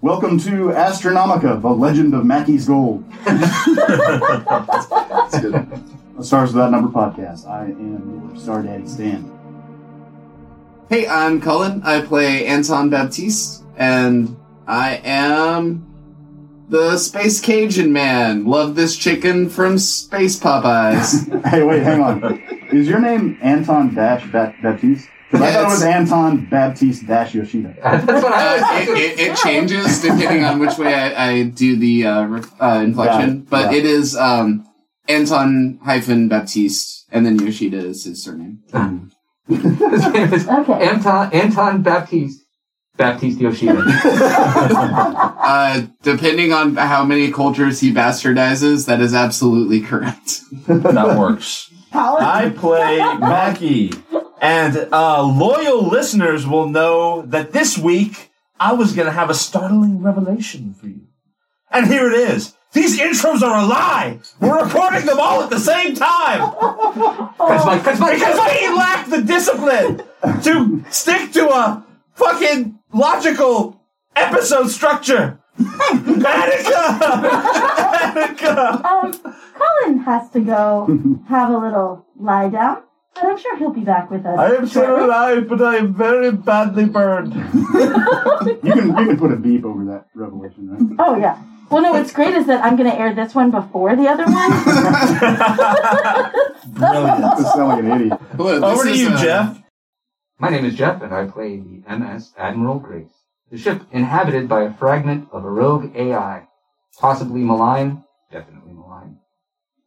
Welcome to Astronomica, The Legend of Mackey's Gold, That's good. a Stars Without Number podcast. I am your star daddy, Stan. hey, I'm Cullen. I play Anton Baptiste, and I am the Space Cajun Man. Love this chicken from Space Popeyes. Hey, wait, hang on. Is your name Anton Dash ba- Baptiste? Because I thought it was Anton Baptiste Dash Yoshida. That's what I was Uh, it, it, it changes depending on which way I, I do the uh, re- uh, inflection, Got it, but yeah. it is um, Anton hyphen Baptiste, and then Yoshida is his surname. His name is Okay. Anton Anton Baptiste Baptiste Yoshida. Uh, depending on how many cultures he bastardizes, that is absolutely correct. That works. Colin? I play Mackie, and uh, loyal listeners will know that this week I was going to have a startling revelation for you. And here it is. These intros are a lie. We're recording them all at the same time That's my that's my because I lack the discipline to stick to a fucking logical episode structure. Attica! Attica! um, Colin has to go have a little lie down, but I'm sure he'll be back with us. I am still shortly. alive, but I am very badly burned. You can, you can put a beep over that revelation, right? Oh yeah. Well, no. What's great is that I'm going to air this one before the other one. Brilliant. You sound like an idiot. Look, this Over to is, you, uh, Jeff. My name is Jeff, and I play the MS Admiral Grace, the ship inhabited by a fragment of a rogue AI, possibly malign, definitely malign,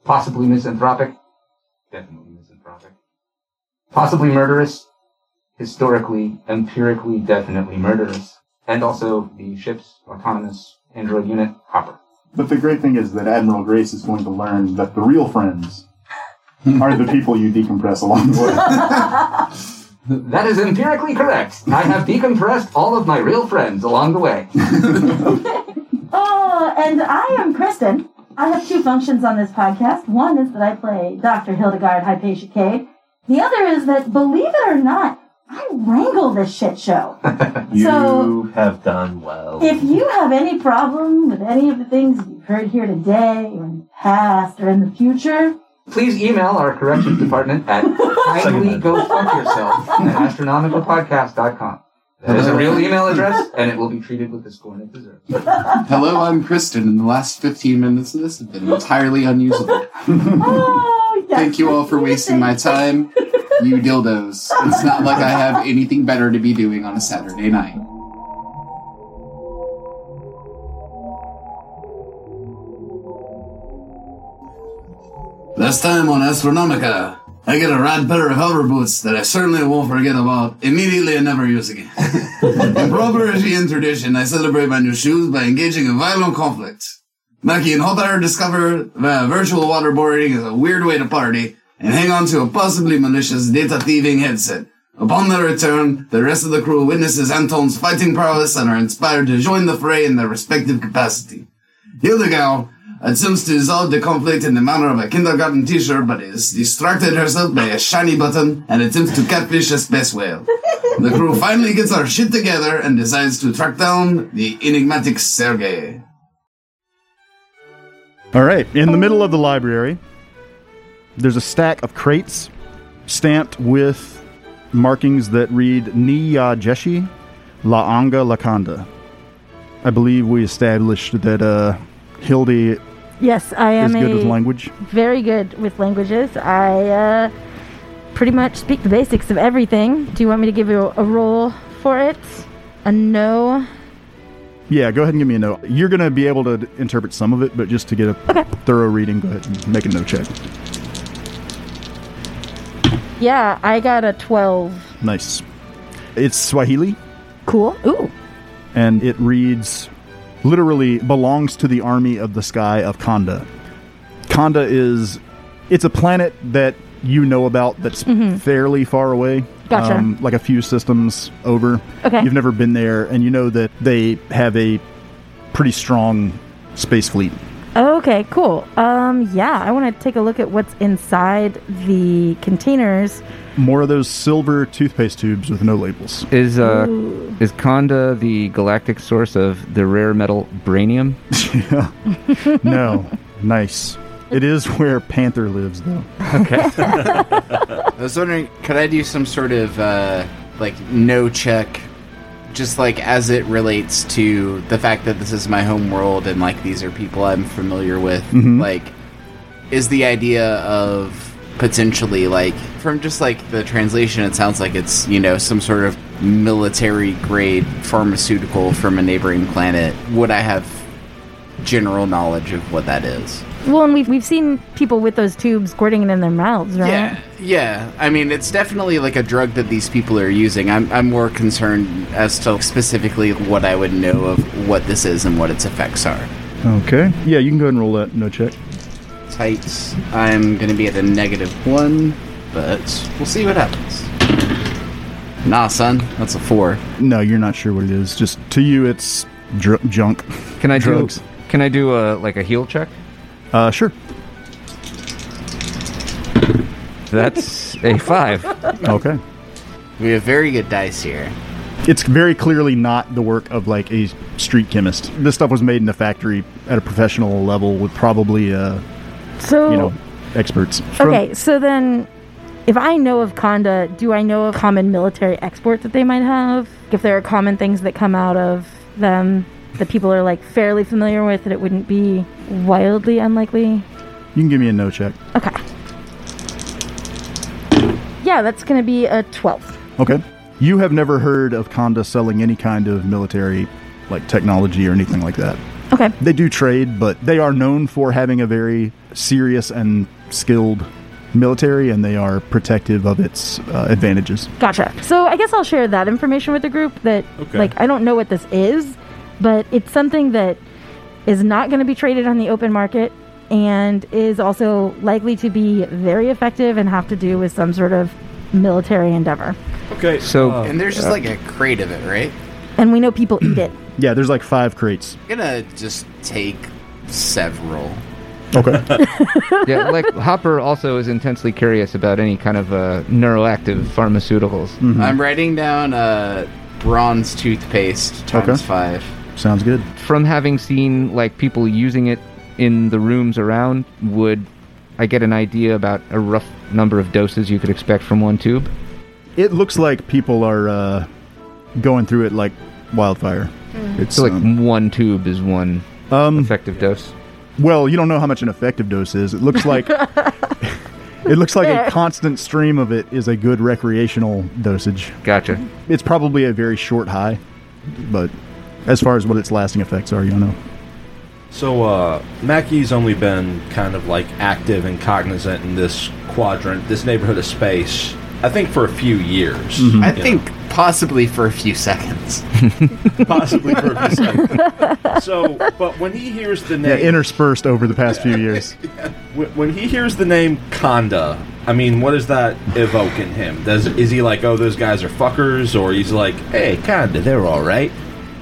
possibly misanthropic, definitely misanthropic, possibly murderous, historically, empirically, definitely murderous, and also the ship's autonomous android unit, Hopper. But the great thing is that Admiral Grace is going to learn that the real friends are the people you decompress along the way. That is empirically correct. I have decompressed all of my real friends along the way. oh, and I am Kristen. I have two functions on this podcast. One is that I play Dr. Hildegard Hypatia Cade. The other is that, believe it or not, I wrangle this shit show. So- have done well. If you have any problem with any of the things you've heard here today, or in the past, or in the future, Please email our corrections department at kindly go fuck yourself at astronomicalpodcast.com. That is a real email address, and it will be treated with the scorn it deserves. Hello, I'm Kristen, and the last 15 minutes of this have been entirely unusable. oh, yes. Thank you all for wasting my time, you dildos. It's not like I have anything better to be doing on a Saturday night. Last time on Astronomica, I get a rad pair of hover boots that I certainly won't forget about immediately and never use again. In proper Asian tradition, I celebrate my new shoes by engaging in violent conflict. Mackie and Hopper discover that virtual waterboarding is a weird way to party and hang on to a possibly malicious data thieving headset. Upon their return, the rest of the crew witnesses Anton's fighting prowess and are inspired to join the fray in their respective capacity. Hildegau attempts to resolve the conflict in the manner of a kindergarten teacher, but is distracted herself by a shiny button and attempts to catfish a space whale. The crew finally gets our shit together and decides to track down the enigmatic Sergei. All right, in the middle of the library, there's a stack of crates stamped with markings that read Niya Jeshi, La Anga Lakanda. I believe we established that uh, Hildy Yes, I is am good with a language. very good with languages. I uh, pretty much speak the basics of everything. Do you want me to give you a, a roll for it? A no. Yeah, go ahead and give me a note. You're going to be able to interpret some of it, but just to get a thorough reading, go ahead and make a note check. Yeah, I got a 12. Nice. It's Swahili. Cool. Ooh. and it reads literally belongs to the army of the sky of Kanda. Kanda is it's a planet that you know about that's fairly far away. Mm-hmm. um, Gotcha. like a few systems over. Okay. You've never been there and you know that they have a pretty strong space fleet. Okay, cool. Um, yeah, I want to take a look at what's inside the containers. More of those silver toothpaste tubes with no labels. Is uh, is Conda the galactic source of the rare metal branium? No, nice. It is where Panther lives, though. I was wondering, could I do some sort of uh, like no check, just like as it relates to the fact that this is my home world and like these are people I'm familiar with? Like, is the idea of potentially like from just like the translation, it sounds like it's you know some sort of military grade pharmaceutical from a neighboring planet. Would I have general knowledge of what that is? Well, and we've we've seen people with those tubes squirting it in their mouths, right? Yeah, yeah. I mean, it's definitely like a drug that these people are using. I'm, I'm more concerned as to specifically what I would know of what this is and what its effects are. Okay. Yeah, you can go ahead and roll that no check. Tights. I'm gonna be at a negative one, but we'll see what happens. Nah, son, that's a four. No, you're not sure what it is. Just to you, it's dr- junk. Can I do, Drugs. Can I do a like a heal check? Uh, sure. That's a five. Okay. We have very good dice here. It's very clearly not the work of like a street chemist. This stuff was made in a factory at a professional level with probably, uh, So you know, experts. okay, so then if I know of Conda, do I know of common military exports that they might have? If there are common things that come out of them that people are like fairly familiar with, that it wouldn't be wildly unlikely. You can give me a no check. Okay. Yeah, that's gonna be a twelve. Okay. You have never heard of Conda selling any kind of military, like technology or anything like that. Okay. They do trade, but they are known for having a very serious and skilled military, and they are protective of its uh, advantages. Gotcha. So I guess I'll share that information with the group that, Okay. like, I don't know what this is, but it's something that is not going to be traded on the open market and is also likely to be very effective and have to do with some sort of military endeavor. Okay. So- And there's just like a crate of it, right? And we know people eat it. Yeah, there's like five crates. I'm gonna just take several. Okay. yeah, like Hopper also is intensely curious about any kind of uh, neuroactive pharmaceuticals. I'm writing down uh, bronze toothpaste times Okay. five. Sounds good. From having seen like people using it in the rooms around, would I get an idea about a rough number of doses you could expect from one tube? It looks like people are uh, going through it like wildfire. It's So like um, one tube is one um, effective dose. well, you don't know how much an effective dose is. It looks like it looks like Fair. a constant stream of it is a good recreational dosage. Gotcha. It's probably a very short high, but as far as what its lasting effects are, you don't know. So, uh, Mackey's only been kind of like active and cognizant in this quadrant, this neighborhood of space, I think for a few years. I you think possibly for a few seconds. know, possibly for a few seconds. So, but when he hears the Yeah, name, interspersed over the past few years. when, when he hears the name Conda, I mean, what does that evoke in him? Does is he like, oh, those guys are fuckers, or he's like, hey, Conda, they're all right?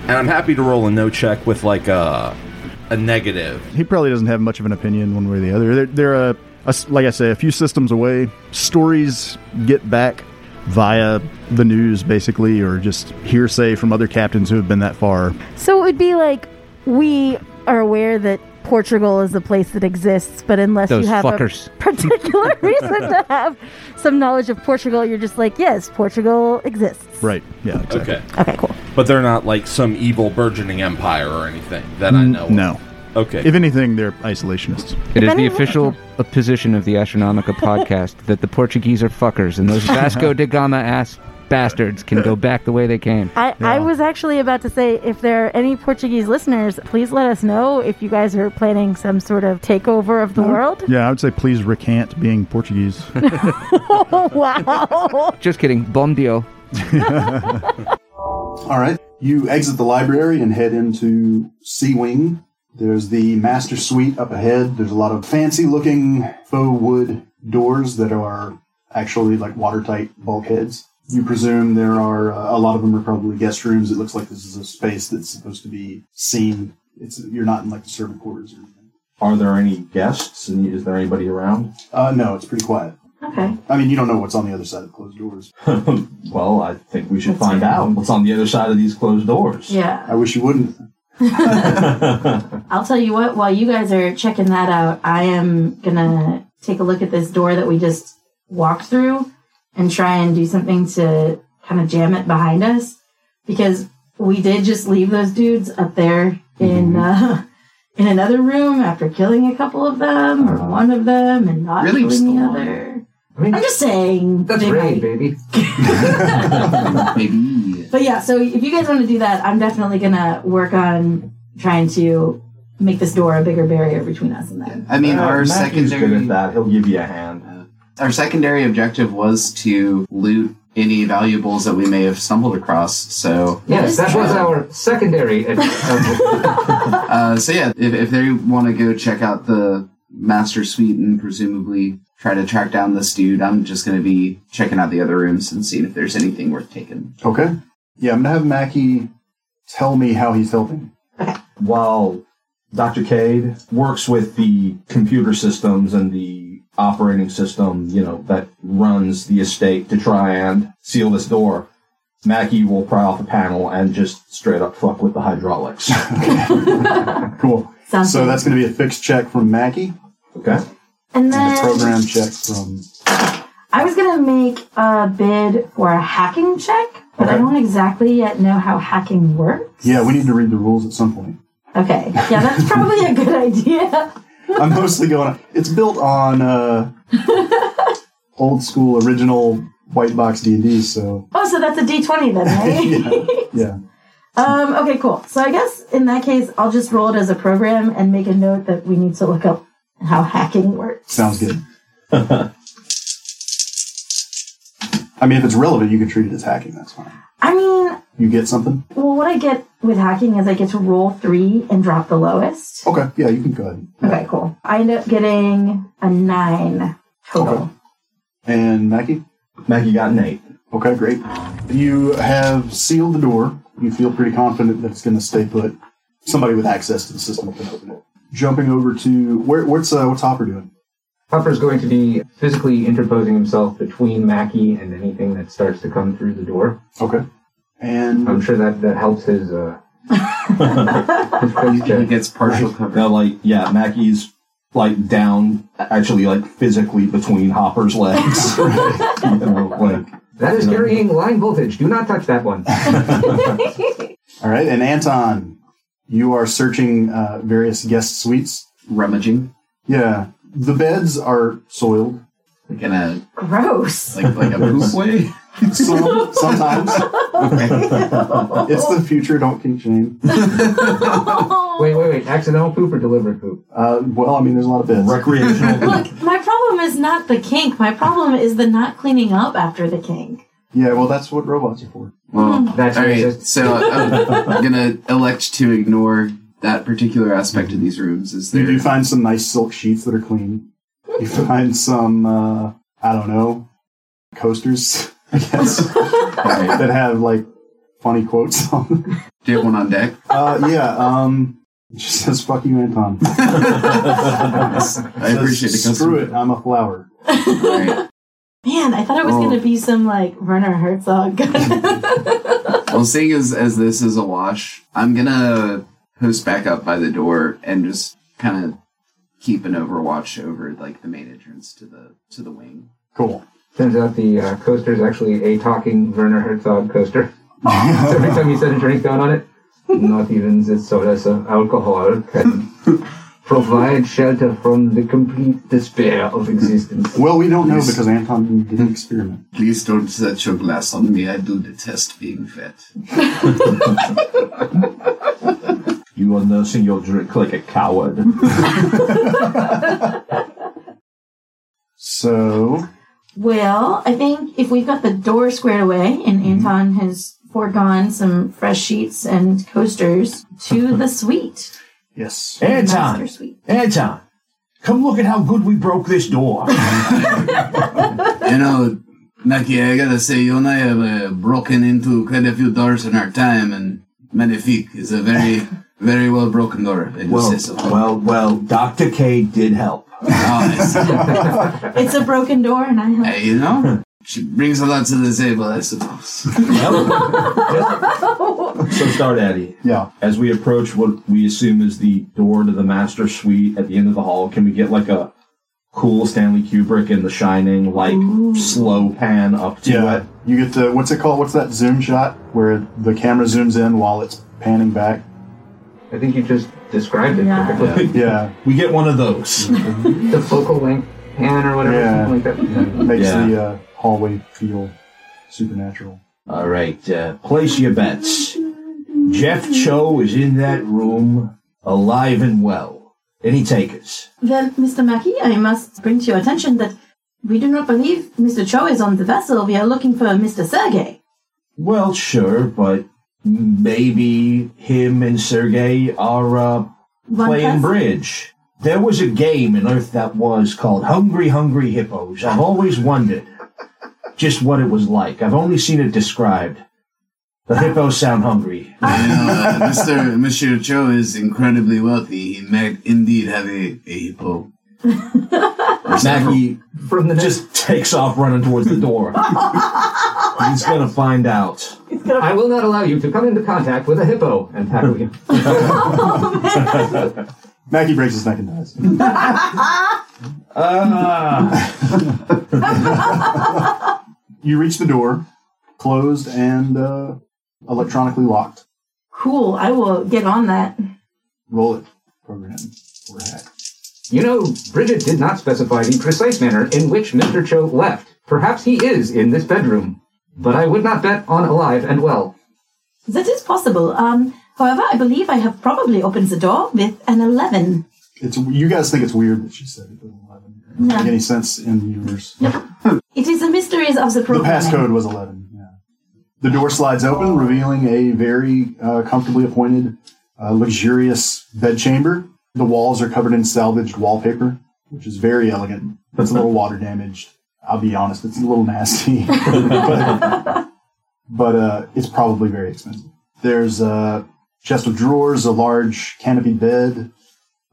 And I'm happy to roll a no check with like a a negative. He probably doesn't have much of an opinion one way or the other. They're, they're a, a s- like I say, a few systems away. Stories get back via the news, basically, or just hearsay from other captains who have been that far. So it would be like we are aware that Portugal is a place that exists, but unless Those you have fuckers. a particular reason to have some knowledge of Portugal, you're just like, yes, Portugal exists. Right. Yeah. Exactly. Okay, Okay, cool. but they're not like some evil burgeoning empire or anything that I know. of. No. Okay. If anything, they're isolationists. It is the anyone- official position of the Astronomica podcast that the Portuguese are fuckers and those Vasco da Gama ass bastards can go back the way they came. I, I was actually about to say if there are any Portuguese listeners, please let us know if you guys are planning some sort of takeover of the world. Yeah, I would say please recant being Portuguese. Oh, wow. Just kidding. Bom dia. All right. You exit the library and head into C Wing. There's the master suite up ahead. There's a lot of fancy looking faux wood doors that are actually like watertight bulkheads. You presume there are uh, a lot of them are probably guest rooms. It looks like this is a space that's supposed to be seen. It's you're not in like the servant quarters or anything. Are there any guests? Any- Is there anybody around? Uh, no, it's pretty quiet. Okay. I mean, you don't know what's on the other side of closed doors. well, I think we should find out what's on the other side of these closed doors. Yeah. I wish you wouldn't. I'll tell you what, while you guys are checking that out, I am gonna take a look at this door that we just walked through and try and do something to kind of jam it behind us because we did just leave those dudes up there in uh, in another room after killing a couple of them or one of them and not Really? Just killing the the one? other. I mean, I'm just saying. that's they raid, might- baby. Maybe. But yeah, so if you guys want to do that, I'm definitely gonna work on trying to make this door a bigger barrier between us and them. I mean, Uh, our Matthew's good secondary at that. He'll give you a hand. our secondary objective was to loot any valuables that we may have stumbled across. So, Yes, that was our secondary. ad- uh, uh, so yeah, if, if they want to go check out the master suite and presumably try to track down this dude, I'm just going to be checking out the other rooms and seeing if there's anything worth taking. Okay. Yeah, I'm gonna have Mackie tell me how he's helping. While Dr. Cade works with the computer systems and the operating system, you know, that runs the estate to try and seal this door, Mackie will pry off a panel and just straight up fuck with the hydraulics. Cool. Sounds So good. that's gonna be a fixed check from Mackie okay? and and a then program check from. I was gonna make a bid for a hacking check, but I Okay. don't exactly yet know how hacking works. Yeah, we need to read the rules at some point. Okay. Yeah, that's probably a good idea. I'm mostly going. It's built on uh, old school, original white box D and D. So Oh, so that's a D twenty then, right? yeah, Um, okay, cool. So I guess in that case, I'll just roll it as a program and make a note that we need to look up how hacking works. sounds good. I mean, if it's relevant, you can treat it as hacking. That's fine. I mean, You get something. Well, what I get with hacking is I get to roll three and drop the lowest. Okay. Yeah, you can go ahead. Okay, cool. I end up getting a nine total. Okay. And Mackie. Mackie got an eight. Okay, great. You have sealed the door. You feel pretty confident that it's going to stay put. Somebody with access to the system can open it. Jumping over to where? What's uh, what's Hopper doing? Hopper's going to be physically interposing himself between Mackie and anything that starts to come through the door. Okay. I'm And sure that, that helps his, uh, his He face check. gets partial coverage. Now, like, yeah, Mackie's like down, actually, like physically between Hopper's legs. You know, like, That is carrying line voltage. Do not touch that one. all right, and Anton, you are searching uh, various guest suites. Rummaging. Yeah, the beds are soiled. Like in a, Gross. like, like a poop way. Some, sometimes it's the future. Don't kink shame. Wait, wait, wait. Accidental poop or deliberate poop? Uh, well, I mean, there's a lot of beds. recreational. Look, my problem is not the kink. My problem is the not cleaning up after the kink. Yeah, well, that's what robots are for. Well, That's all right. racist. So uh, I'm gonna elect to ignore that particular aspect of these rooms. Is You there? do find some nice silk sheets that are clean. You find some, uh, I don't know, coasters, I guess, All right. that have like funny quotes on them. Do you have one on deck? Uh, yeah, um, it just says fuck you, Anton. I appreciate the Says, Screw it, I'm a flower. All right. Man, I thought it was Oh. going to be some like Werner Herzog. Well, seeing as as this is a wash, I'm gonna post back up by the door and just kind of keep an overwatch over like the main entrance to the to the wing. Cool. Turns out the uh, coaster is actually a talking Werner Herzog coaster. so every time you set a drink down on it, not even the soda, so alcohol can provide shelter from the complete despair of existence. Well, we don't know because Anton didn't experiment. Please don't set your glass on me. I do detest being fed. you are nursing your drink like a coward. So, well, I think if we've got the door squared away and Anton has foregone some fresh sheets and coasters to the suite, yes. master Anton, suite. Anton, come look at how good we broke this door. You know, Mackie, I gotta say, you and I have uh, broken into quite a few doors in our time, and Magnifique is a very Very well broken door. It Well, says so. well, well, Dr. K did help. It's a broken door, and I have. Hey, uh, you know, she brings a lot to the table, I suppose. So start Eddie. Yeah. As we approach what we assume is the door to the master suite at the end of the hall, can we get like a cool Stanley Kubrick in the shining, like slow pan up to Yeah. it? You get the what's it called? What's that zoom shot where the camera zooms in while it's panning back? I think you just described it Yeah. perfectly. Yeah. We get one of those. The focal length pan or whatever, Yeah. something like that. Makes Yeah. the uh, hallway feel supernatural. All right, uh, place your bets. Jeff Cho is in that room, alive and well. Any takers? Well, Mr. Mackey, I must bring to your attention that we do not believe Mr. Cho is on the vessel. We are looking for Mr. Sergey. Well, sure, but maybe him and Sergey are uh, One playing person. bridge. There was a game in Earth that was called Hungry Hungry Hippos. I've always wondered just what it was like. I've only seen it described. The hippos sound hungry. You know, uh, Mr. Monsieur Cho is incredibly wealthy. He might indeed have a, a hippo. Maggie From the next, just takes off running towards the door. He's gonna find out. I will not allow you to come into contact with a hippo and tackle you. Maggie breaks his neck and dies. Ah, You reach the door, closed and uh, electronically locked. Cool. I will get on that. Roll it. Program or hack. You know, Bridget did not specify the precise manner in which Mr. Cho left. Perhaps he is in this bedroom. But I would not bet on alive and well. That is possible. Um, however, I believe I have probably opened the door with an 11. It's you guys think it's weird that she said it was eleven. It doesn't Yeah. make any sense in the universe. It is the mysteries of the The program. passcode was eleven. Yeah. The door slides open, revealing a very uh, comfortably appointed, uh, luxurious bedchamber. The walls are covered in salvaged wallpaper, which is very elegant. It's a little water damaged. I'll be honest, it's a little nasty, but, but, uh, it's probably very expensive. There's a chest of drawers, a large canopied bed,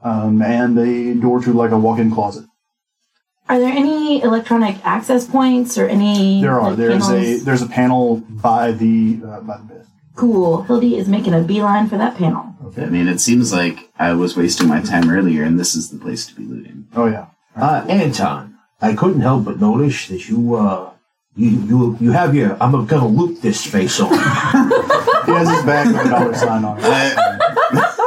um, and a door to like a walk-in closet. Are there any electronic access points or any? There are. like, There's a panels? there's a panel by the uh, by the bed. Cool. Hildy is making a beeline for that panel. I mean, it seems like I was wasting my time earlier, and this is the place to be looting. Oh yeah. uh, Anton, I couldn't help but notice that you, uh, you, you, you have your. I'm gonna loop this face on. He has his bag with a dollar sign on it. I,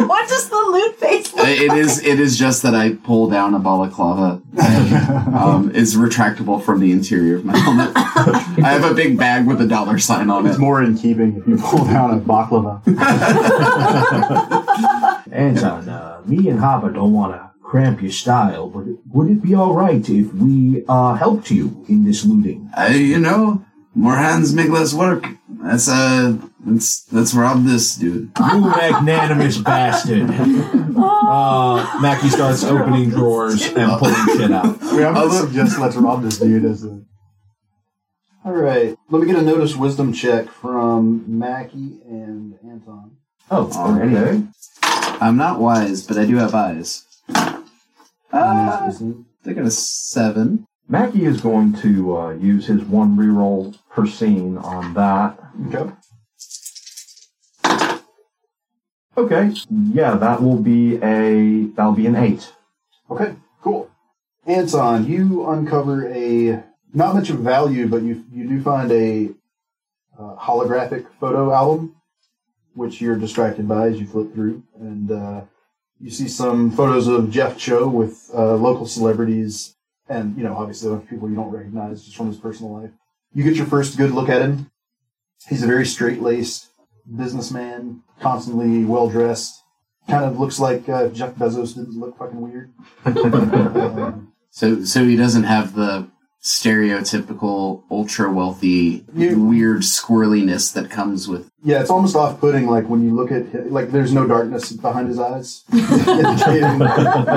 what does the loot face I- it is it is just that I pull down a balaclava. and, um, is retractable from the interior of my helmet. I have a big bag with a dollar sign on it. It's more in keeping if you pull down a baklava. Anton, uh, me and Hava don't want to cramp your style, but would it be all right if we uh, helped you in this looting? I, you know, more hands make less work. That's uh, let's let's rob this dude. You magnanimous bastard! Uh, Mackie starts opening drawers and pulling shit out. I mean, I'm gonna suggest let's rob this dude as a. All right. Let me get a notice wisdom check from Mackie and Anton. Oh, okay. I'm not wise, but I do have eyes. Ah, they got a seven. Mackie is going to uh, use his one reroll per scene on that. Okay. Okay. Yeah, that will be a that'll be an eight. Okay, cool. Anton, you uncover a not much of value, but you you do find a uh, holographic photo album, which you're distracted by as you flip through, and uh, you see some photos of Jeff Cho with uh, local celebrities, and you know obviously a bunch of people you don't recognize just from his personal life. You get your first good look at him. He's a very straight laced businessman, constantly well dressed. Kind of looks like uh, if Jeff Bezos didn't look fucking weird. Um, So so he doesn't have the stereotypical ultra wealthy weird squirreliness that comes with Yeah, it's almost off-putting. Like when you look at, like, there's no darkness behind his eyes, indicating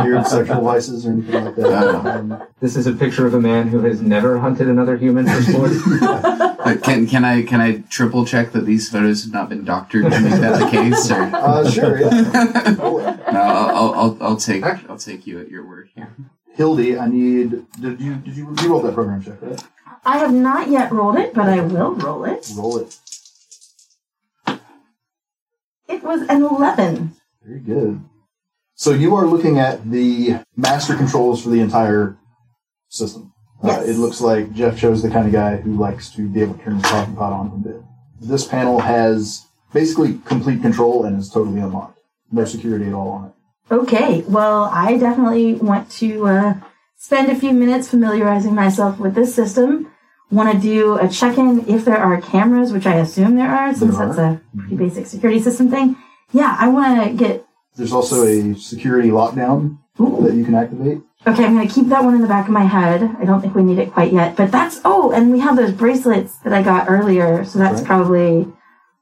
weird sexual vices or anything like that. Um, This is a picture of a man who has never hunted another human for sport. Uh, can can I can I triple check that these photos have not been doctored to make that the case? Or no, uh, sure. Yeah. Roll it. I'll, I'll- I'll I'll take I'll take you at your word here. Hildy, I need. Did you did you you rolled that program check? Right? I have not yet rolled it, but I will roll it. Roll it. It was an 11. Very good. So you are looking at the master controls for the entire system. Yes. Uh, it looks like Jeff shows the kind of guy who likes to be able to turn his coffee pot on from bed. This panel has basically complete control and is totally unlocked. No security at all on it. Okay, well, I definitely want to uh, spend a few minutes familiarizing myself with this system. Want to do a check in if there are cameras, which I assume there are, since There that's a pretty basic security system thing. Yeah, I want to get. There's also a security lockdown that you can activate. Okay, I'm going to keep that one in the back of my head. I don't think we need it quite yet, but that's. Oh, and we have those bracelets that I got earlier, so that's Right. probably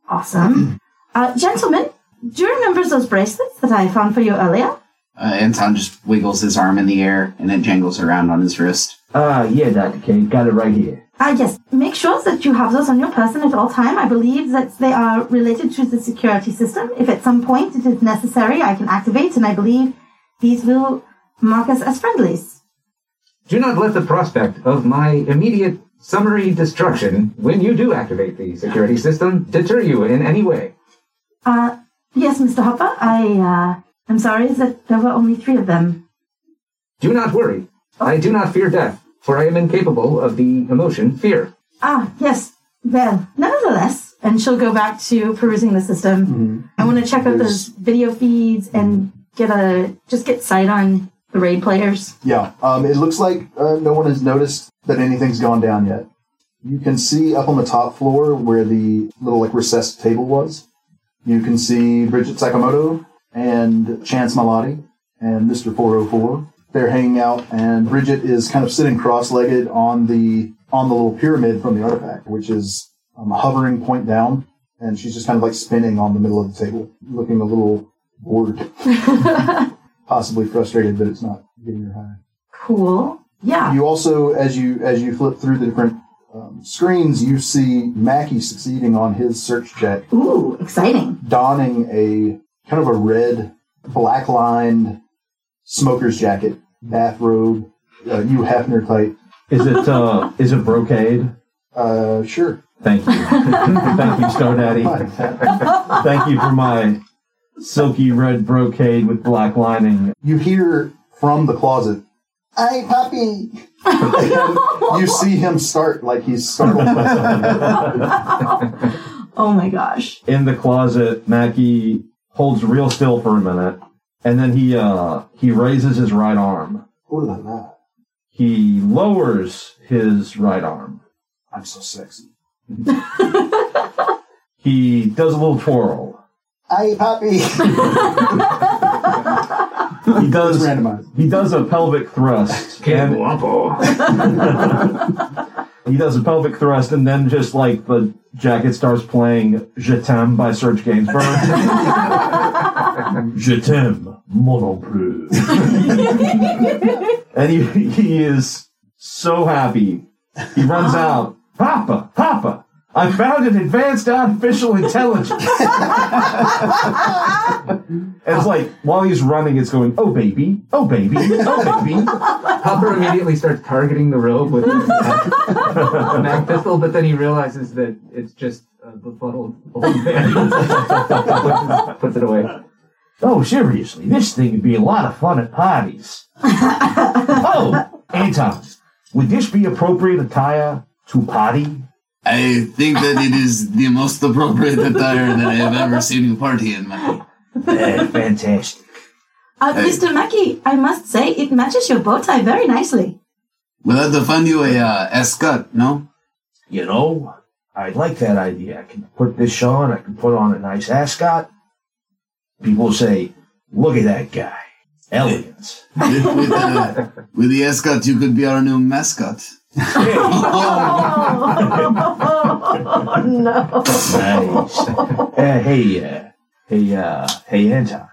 awesome. uh, gentlemen, do you remember those bracelets that I found for you earlier? Uh, Anton just wiggles his arm in the air and it jangles around on his wrist. Ah, yeah, Dr. K, got it right here. Ah, yes. Make sure that you have those on your person at all time. I believe that they are related to the security system. If at some point it is necessary, I can activate, and I believe these will mark us as friendlies. Do not let the prospect of my immediate summary destruction when you do activate the security system deter you in any way. Uh, yes, Mr. Hopper, I, uh, I'm sorry that there were only three of them. Do not worry. I do not fear death, for I am incapable of the emotion fear. Ah, yes. Well, nevertheless, and she'll go back to perusing the system. I want to check out those video feeds and get a, just get sight on the raid players. Yeah, um, it looks like uh, no one has noticed that anything's gone down yet. You can see up on the top floor where the little like recessed table was. You can see Bridget Sakamoto and Chance Malati and Mr. 404. They're hanging out, and Bridget is kind of sitting cross-legged on the on the little pyramid from the artifact, which is um, hovering point down, and she's just kind of like spinning on the middle of the table, looking a little bored, possibly frustrated that it's not getting her high. Cool. Yeah. You also, as you as you flip through the different um, screens, you see Mackie succeeding on his search check, Ooh, exciting. donning a kind of a red, black lined smoker's jacket, bathrobe, uh, Hugh Hefner type. Is it, uh, is it brocade? Uh, sure. Thank you. Thank you, Snow Daddy. Thank you for my silky red brocade with black lining. You hear from the closet. Hey, puppy. you see him start like he's startled by something. Oh my gosh. In the closet, Mackie holds real still for a minute, and then he, uh, he raises his right arm. Ooh la la! He lowers his right arm. I'm so sexy. He does a little twirl. Hey, puppy. He It's does randomized. He does a pelvic thrust. and he does a pelvic thrust, and then just like the jacket starts playing Je t'aime by Serge Gainsbourg. Je t'aime, mon bleu. and he, he is so happy. He runs out. Papa, Papa, I found an advanced artificial intelligence. And it's like while he's running, it's going, "Oh baby, oh baby, oh baby." Hopper immediately starts targeting the robe with his mag pistol, but then he realizes that it's just a befuddled old man. Puts it away. Oh, seriously, this thing would be a lot of fun at parties. oh, Anton, would this be appropriate attire to party? I think that it is the most appropriate attire that I have ever seen you party in, Matty. Eh, fantastic. Uh, Hey. Mr. Mackey, I must say, it matches your bow tie very nicely. We'll have to find you a uh, ascot, no? You know, I like that idea. I can put this on. I can put on a nice ascot. People say, "Look at that guy, elegant." With, with, uh, with the ascot, you could be our new mascot. oh, no. Nice. Uh, hey, uh, hey, uh, hey, Anton.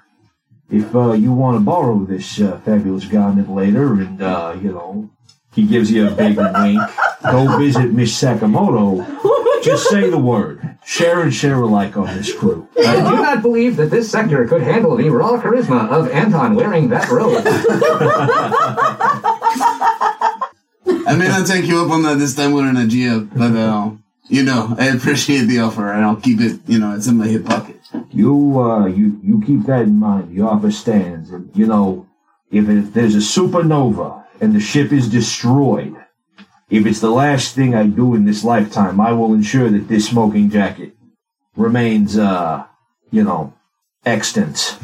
If uh, you want to borrow this uh, fabulous garment later, and uh, you know, he gives you a big wink. Go visit Miss Sakamoto. Just say the word. Share and share alike on this crew. I do not believe that this sector could handle the raw charisma of Anton wearing that robe. I may not take you up on that this time we're in a geo, but uh, you know, I appreciate the offer and I'll keep it, you know, it's in my hip pocket. You, uh, you, you keep that in mind. The offer stands, and you know, if it, there's a supernova and the ship is destroyed, if it's the last thing I do in this lifetime, I will ensure that this smoking jacket remains, uh, you know, extant.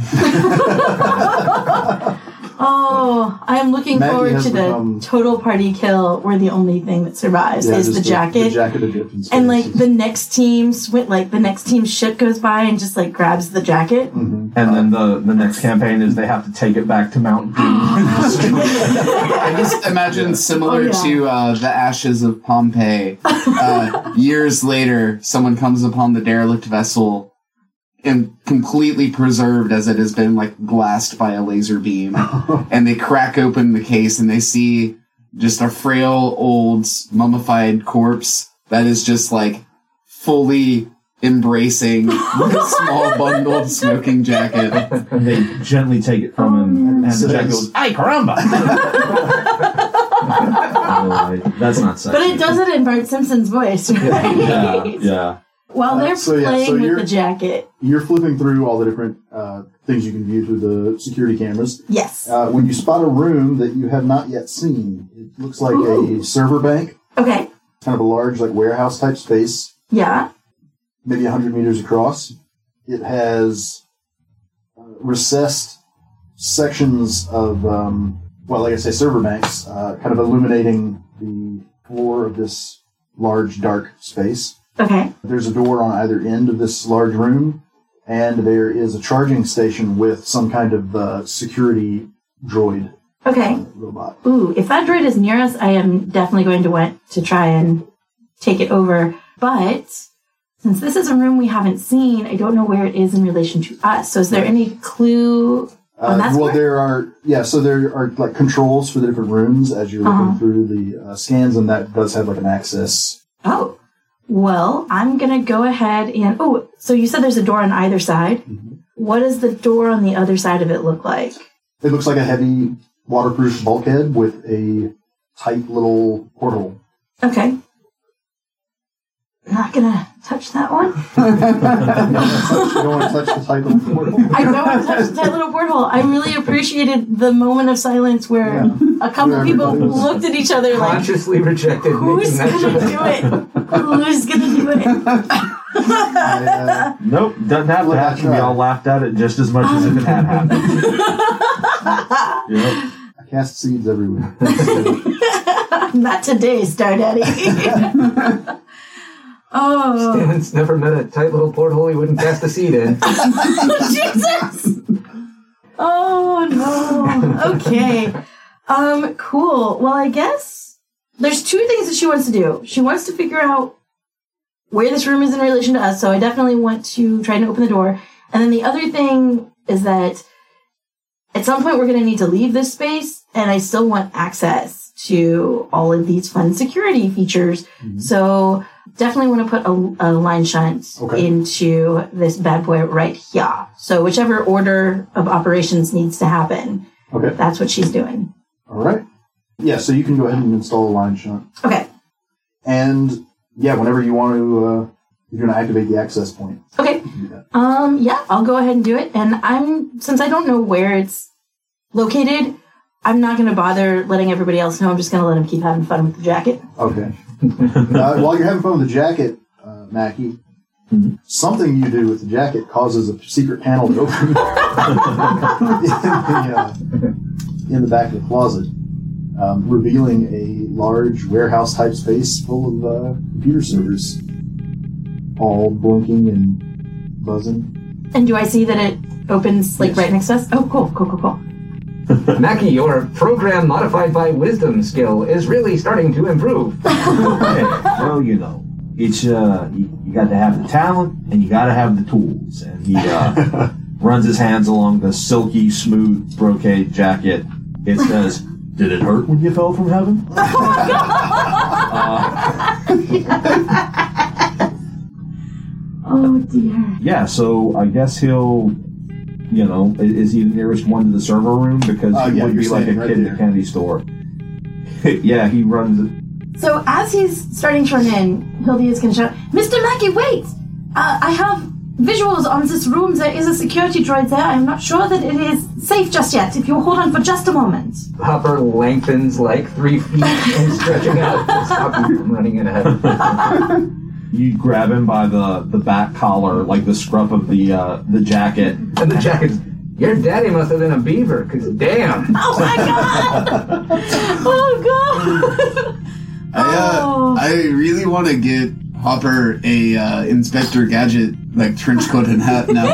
Oh, I am looking Maggie forward has to the become- total party kill where the only thing that survives Yeah, is just the jacket. The jacket Egyptian and space. like the next team swi like the next team ship goes by and just like grabs the jacket. Mm-hmm. And then the, the next campaign is they have to take it back to Mount Doom. I just imagine similar Oh, yeah. to uh, the ashes of Pompeii. Uh, years later, someone comes upon the derelict vessel and completely preserved as it has been like glassed by a laser beam. and they crack open the case and they see just a frail old mummified corpse that is just like fully embracing the small bundled smoking jacket. and they gently take it from him, Oh, and the jacket goes, "Ay, caramba!" Uh, that's not sexy. But it does it in Bart Simpson's voice, right? Yeah, yeah. While they're So, yeah, so playing with you're- the jacket. You're flipping through all the different uh, things you can view through the security cameras. Yes. Uh, when you spot a room that you have not yet seen, it looks like a server bank, Okay. kind of a large like warehouse type space, Yeah. maybe 100 meters across. It has uh, recessed sections of, um, well, like I say, server banks, uh, kind of illuminating the floor of this large dark space. Okay. There's a door on either end of this large room, and there is a charging station with some kind of uh, security droid Okay. robot. Ooh, if that droid is near us, I am definitely going to want to try and take it over. But since this is a room we haven't seen, I don't know where it is in relation to us. So is there any clue on that Uh, well, score? there are yeah. So there are like controls for the different rooms as you're looking Uh-huh. through the uh, scans, and that does have like an access. Oh, well, I'm gonna go ahead and oh, so you said there's a door on either side. Mm-hmm. What does the door on the other side of it look like? It looks like a heavy waterproof bulkhead with a tight little portal. Okay, not gonna touch that one. you don't want to touch the tight little portal. I don't want to touch that little porthole. I really appreciated the moment of silence where a couple Where people everybody was- looked at each other like, Consciously rejected making "Who's that gonna choice. do it? Who's gonna do it?" I, uh, Nope, doesn't have to Look, I happen. We tried. all laughed at it just as much as if it had happened. Yep. I cast seeds everywhere. Not today, Star Daddy. oh. Stan's never met a tight little porthole he wouldn't cast a seed in. Jesus! Oh no. Okay. Um, cool. Well, I guess there's two things that she wants to do. She wants to figure out where this room is in relation to us, so I definitely want to try and open the door. And then the other thing is that at some point we're gonna need to leave this space, and I still want access to all of these fun security features. Mm-hmm. So definitely want to put a, a line shunt Okay. into this bad boy right here. So whichever order of operations needs to happen, Okay. that's what she's doing. All right. Yeah. So you can go ahead and install a line shunt, Okay. and yeah, whenever you want to, uh, if you're going to activate the access point. Okay. Um, yeah, I'll go ahead and do it. And I'm since I don't know where it's located, I'm not gonna bother letting everybody else know. I'm just gonna let him keep having fun with the jacket. Okay. uh, while you're having fun with the jacket, uh, Mackie, something you do with the jacket causes a secret panel to open in, the, uh, in the back of the closet, um, revealing a large warehouse type space full of uh, computer servers, all blinking and buzzing. And do I see that it opens like right next to us? Oh cool, cool, cool, cool. Mackie, your program modified by wisdom skill is really starting to improve. Oh, well, you know, it's uh, you, you got to have the talent and you got to have the tools. And he uh, runs his hands along the silky, smooth brocade jacket. It says, "Did it hurt when you fell from heaven?" Oh dear. Yeah, so I guess he'll, you know, i- is he the nearest one to the server room because Uh, he yeah, would you're be like a standing right kid in there. a candy store. yeah, he runs. So as he's starting to run in, Hildy is going to shout, Mr. Mackey, wait! Uh, I have visuals on this room. There is a security droid there. I'm not sure that it is safe just yet. If you'll hold on for just a moment. Hopper lengthens like three feet and stretching out to stop him from running in ahead. You grab him by the the back collar, like the scruff of the uh, the jacket. And the jacket's, your daddy must have been a beaver, because damn. Oh my god! oh god! I, uh, Oh. I really want to get Hopper a uh, Inspector Gadget like trench coat and hat now.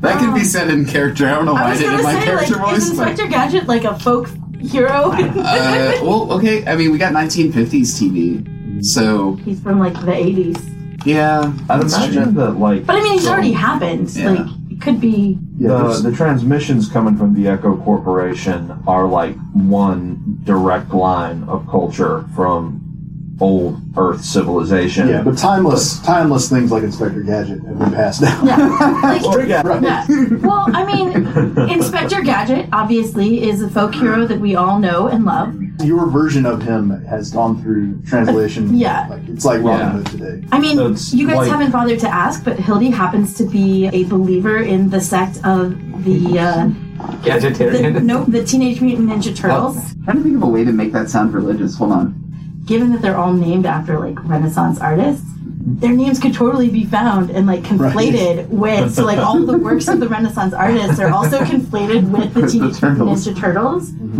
That could be said in character. I don't know why Oh. I I, was did it gonna in my say, character like, is voice. But, Inspector Gadget like a folk hero? uh, well, okay. I mean, we got 1950s TV, so He's from like the 80s. yeah. I'd that's true. imagine that like But I mean, he's So- already happened. Yeah. Like, it could be. Yeah, the, there's- the transmissions coming from the Echo Corporation are like one direct line of culture from old Earth civilization. yeah, but timeless, timeless things like Inspector Gadget have been passed down. Yeah. Like, Right. Yeah. Well, I mean, Inspector Gadget obviously is a folk hero that we all know and love. Your version of him has gone through translation. Yeah. like, it's like Robin Yeah. Hood today. I mean, That's you guys white. haven't bothered to ask, but Hildy happens to be a believer in the sect of the, uh, the Gadgetarian. no, the Teenage Mutant Ninja Turtles. trying to think of a way to make that sound religious. Hold on. Given that they're all named after like Renaissance artists, their names could totally be found and like conflated with. So like all the works of the Renaissance artists are also conflated with the With the Teenage turtles. Mutant Ninja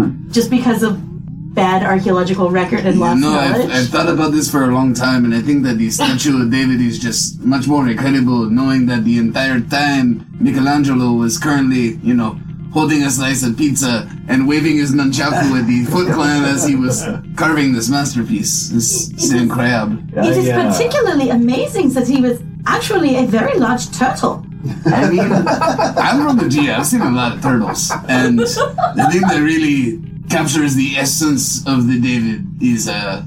Turtles, just because of bad archaeological record and You lost know, I've, knowledge. I've thought about this for a long time, and I think that the statue of David is just much more incredible, knowing that the entire time Michelangelo was currently, you know, holding a slice of pizza and waving his nunchaku at the Foot Clan as he was carving this masterpiece, this Sam Crab. Yeah, It is yeah. particularly amazing that he was actually a very large turtle. I mean, I'm from the G. I've seen a lot of turtles, and the thing that really captures the essence of the David is uh,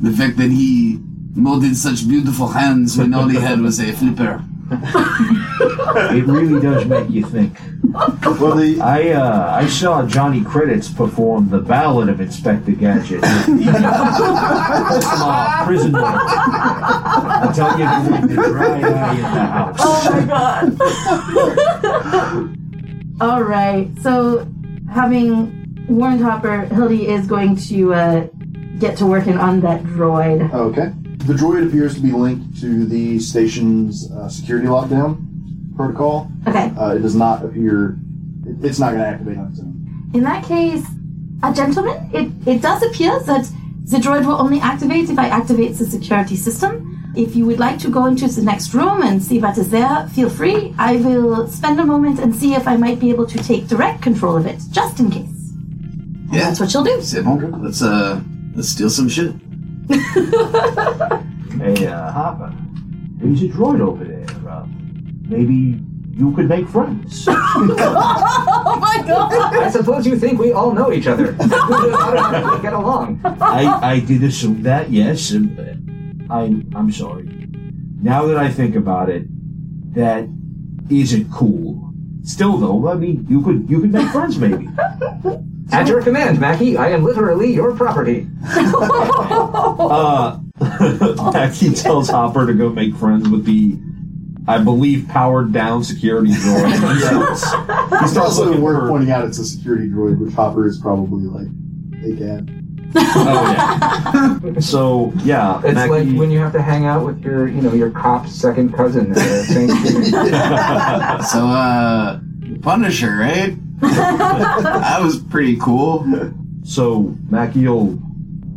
the fact that he molded such beautiful hands when all he had was a flipper. It really does make you think. Well, the I uh, I saw Johnny Credits perform the Ballad of Inspector Gadget. Small prisoner. I tell you, the dry eye in the house. Oh my god. All right. So, having warned Hopper, Hildy is going to uh, get to working on that droid. okay, the droid appears to be linked to the station's uh, security lockdown protocol. Okay. Uh, it does not appear. it- It's not going to activate on its own. In that case, a gentleman, it, it does appear that the droid will only activate if I activate the security system. If you would like to go into the next room and see what is there, feel free. I will spend a moment and see if I might be able to take direct control of it, just in case. Yeah. That's what she'll do. Say, "Bon, let's uh, let's steal some shit. Hey, uh, Hopper, there's a droid over there. Uh, maybe you could make friends. oh my god! I suppose you think we all know each other. We just automatically get along. I, I did assume that, yes. um, I'm, I'm sorry. Now that I think about it, that isn't cool. Still, though, I mean, you could you could make friends, maybe. At your command, Mackie, I am literally your property. Uh, Becky tells Hopper to go make friends with the, I believe, powered down security droid. It's also worth pointing out it's a security droid, which Hopper is probably like, hey, Dad. oh, yeah. So, yeah. It's Mackie- like when you have to hang out with your, you know, your cop's second cousin at uh, Thanksgiving. So uh, Punisher, right? that was pretty cool. So Mackie will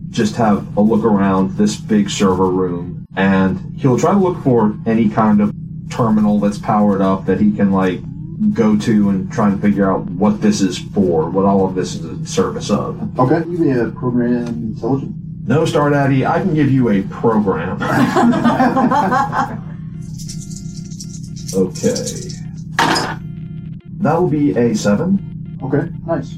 just have a look around this big server room and he'll try to look for any kind of terminal that's powered up that he can like go to and try and figure out what this is for, what all of this is in service of. Okay, give me a program intelligence. No, Star Daddy, I can give you a program. okay. That will be a seven. Okay, nice.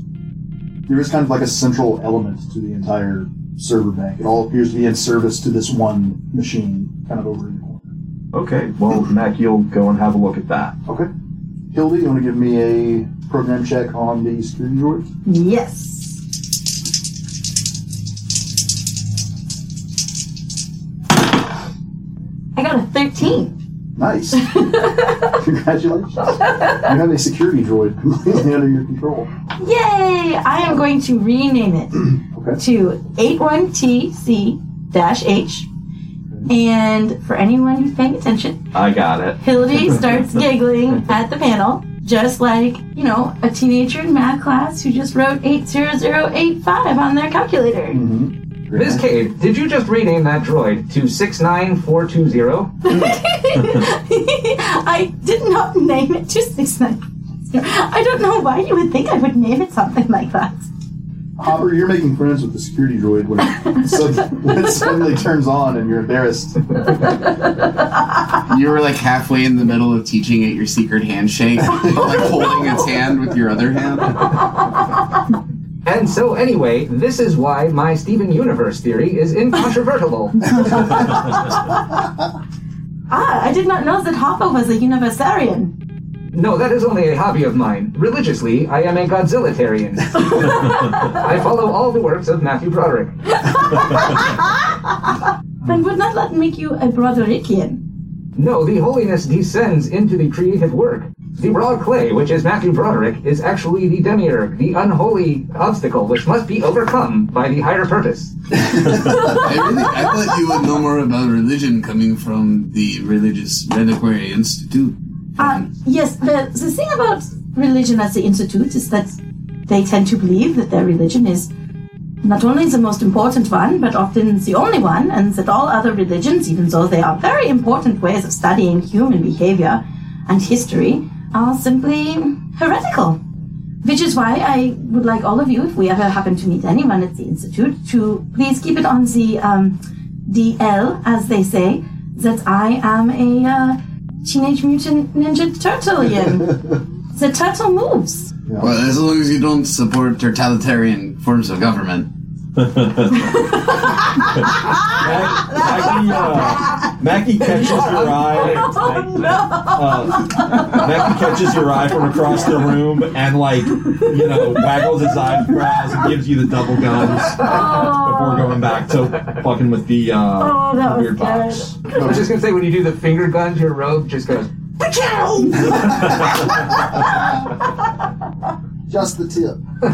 There is kind of like a central element to the entire server bank. It all appears to be in service to this one machine, kind of over in the corner. Okay, well, Mac, you'll go and have a look at that. Okay. Hildy, you want to give me a program check on the security droids? Yes. I got a 13. Nice. Congratulations. You have a security droid completely under your control. Yay! I am going to rename it Okay. to 81TC-H. And for anyone who's paying attention, I got it. Hildy starts giggling at the panel, just like, you know, a teenager in math class who just wrote 80085 on their calculator. Miss Cave, did you just rename that droid to 69420? I did not name it to 690. I don't know why you would think I would name it something like that. Hopper, you're making friends with the security droid when it, sud- when it suddenly turns on and you're embarrassed. You were like halfway in the middle of teaching it your secret handshake, like holding its hand with your other hand. And so, anyway, this is why my Steven Universe theory is incontrovertible. Ah, I did not know that Hoppa was a universarian. no, that is only a hobby of mine. Religiously, I am a Godzillitarian. I follow all the works of Matthew Broderick. Then would not let make you a Broderickian. No, the holiness descends into the creative work. The raw clay, which is Matthew Broderick, is actually the demiurge, the unholy obstacle which must be overcome by the higher purpose. I really, I thought you would know more about religion coming from the Religious Reliquary Institute. Uh, Um, yes, the, the thing about religion at the Institute is that they tend to believe that their religion is not only the most important one, but often the only one, and that all other religions, even though they are very important ways of studying human behavior and history, are simply heretical. Which is why I would like all of you, if we ever happen to meet anyone at the Institute, to please keep it on the um, DL, as they say, that I am a uh, Teenage Mutant Ninja Turtle again. the turtle moves. Well, as long as you don't support totalitarian forms of government. Mac- Mackie, uh, Mackie catches your eye. Uh, Mackie catches your eye from across the room and, like, you know, waggles his eyebrows and gives you the double guns before going back to fucking with the uh, Oh, that was weird box. I was just gonna say, when you do the finger guns, your robe just goes. Just the tip. I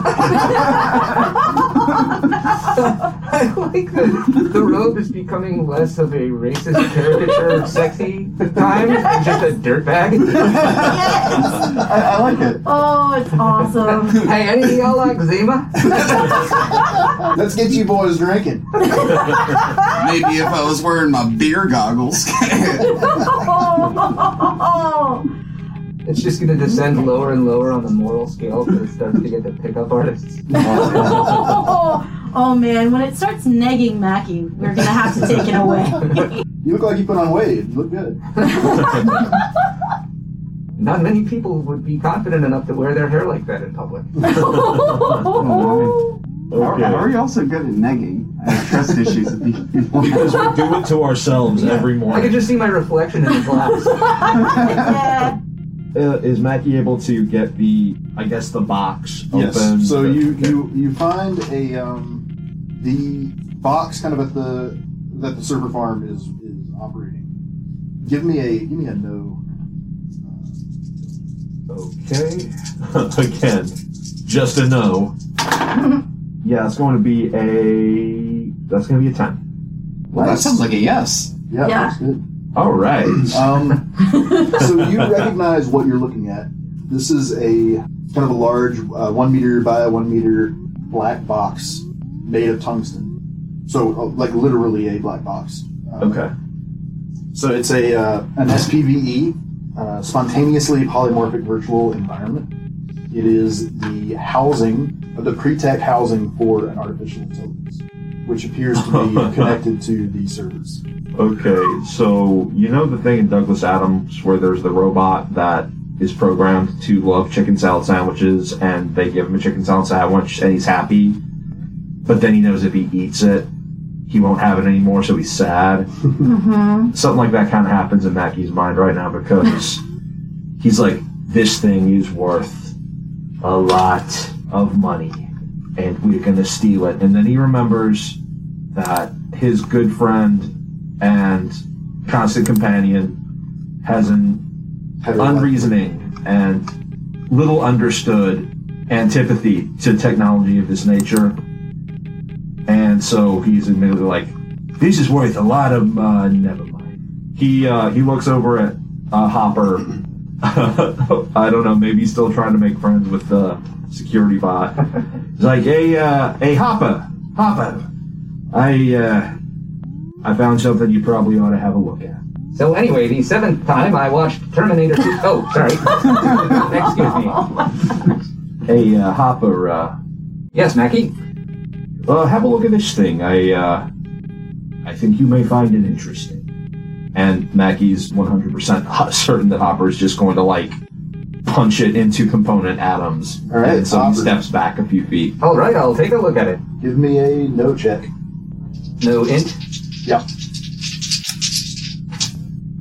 like that the robe is becoming less of a racist caricature of sexy with time and just a dirtbag. I, I like it. Oh, it's awesome. hey, anything y'all like, Zima? Let's get you boys drinking. Maybe if I was wearing my beer goggles. oh, It's just gonna descend lower and lower on the moral scale because it starts to get the pickup artists. Oh, man, when it starts negging Mackie, we're gonna have to take it away. You look like you put on weight. You look good. Not many people would be confident enough to wear their hair like that in public. Okay. Are you also good at negging? I have trust issues with people. Because we do it to ourselves every I could morning. just see my reflection in the glass. yeah. Uh, is Mackie able to get the, I guess, the box open? Yes. So you Okay. you you find a um, the box kind of at the that the server farm is is operating. Give me a give me a no. Okay. Again, just a no. yeah, it's going to be a. That's going to be a ten. Well, that sounds like a yes. Yeah, Yeah. that's good. All right. Um, so you recognize what you're looking at. This is a kind of a large uh, one meter by one meter black box made of tungsten. So uh, like literally a black box. Um, Okay. So it's a uh, an SPVE, uh, uh, spontaneously polymorphic virtual environment. It is the housing, uh, the pre-tech housing for an artificial intelligence, which appears to be connected to the servers. Okay, so you know the thing in Douglas Adams where there's the robot that is programmed to love chicken salad sandwiches and they give him a chicken salad sandwich and he's happy, but then he knows if he eats it, he won't have it anymore, so he's sad. Mm-hmm. Something like that kind of happens in Mackey's mind right now because he's like, this thing is worth a lot of money and we're going to steal it. And then he remembers that his good friend and constant companion has an unreasoning and little understood antipathy to technology of this nature. And so he's admittedly like, this is worth a lot of, uh, never mind. He, uh, he looks over at, uh, Hopper. I don't know, maybe he's still trying to make friends with the security bot. He's like, hey, uh, hey, Hopper, Hopper, I, uh, I found something you probably ought to have a look at. So anyway, the seventh time I watched Terminator 2. Oh, sorry. Excuse me. Hey, uh, Hopper, uh, Yes, Mackie. uh, have a look at this thing. I, uh, I think you may find it interesting. And Mackie's 100% ho- certain that Hopper is just going to, like, punch it into component atoms. All right, And so Hopper. he steps back a few feet. All right, I'll take a look at it. Give me a no check. No int. Yeah.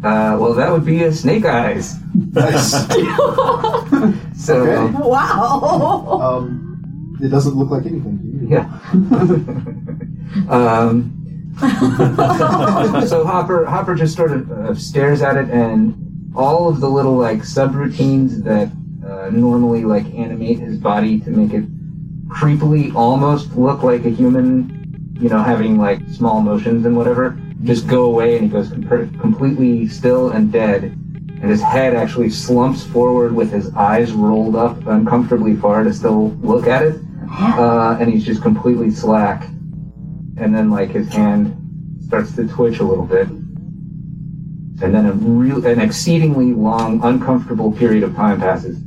Uh, well, that would be a snake eyes. Nice. So Okay. Wow. um, it doesn't look like anything to you. yeah. um. so Hopper Hopper just sort of uh, stares at it, and all of the little like subroutines that uh, normally like animate his body to make it creepily almost look like a human, you know, having like small motions and whatever, just go away, and he goes com- completely still and dead, and his head actually slumps forward with his eyes rolled up uncomfortably far to still look at it, uh, and he's just completely slack and then like his hand starts to twitch a little bit and then a real an exceedingly long uncomfortable period of time passes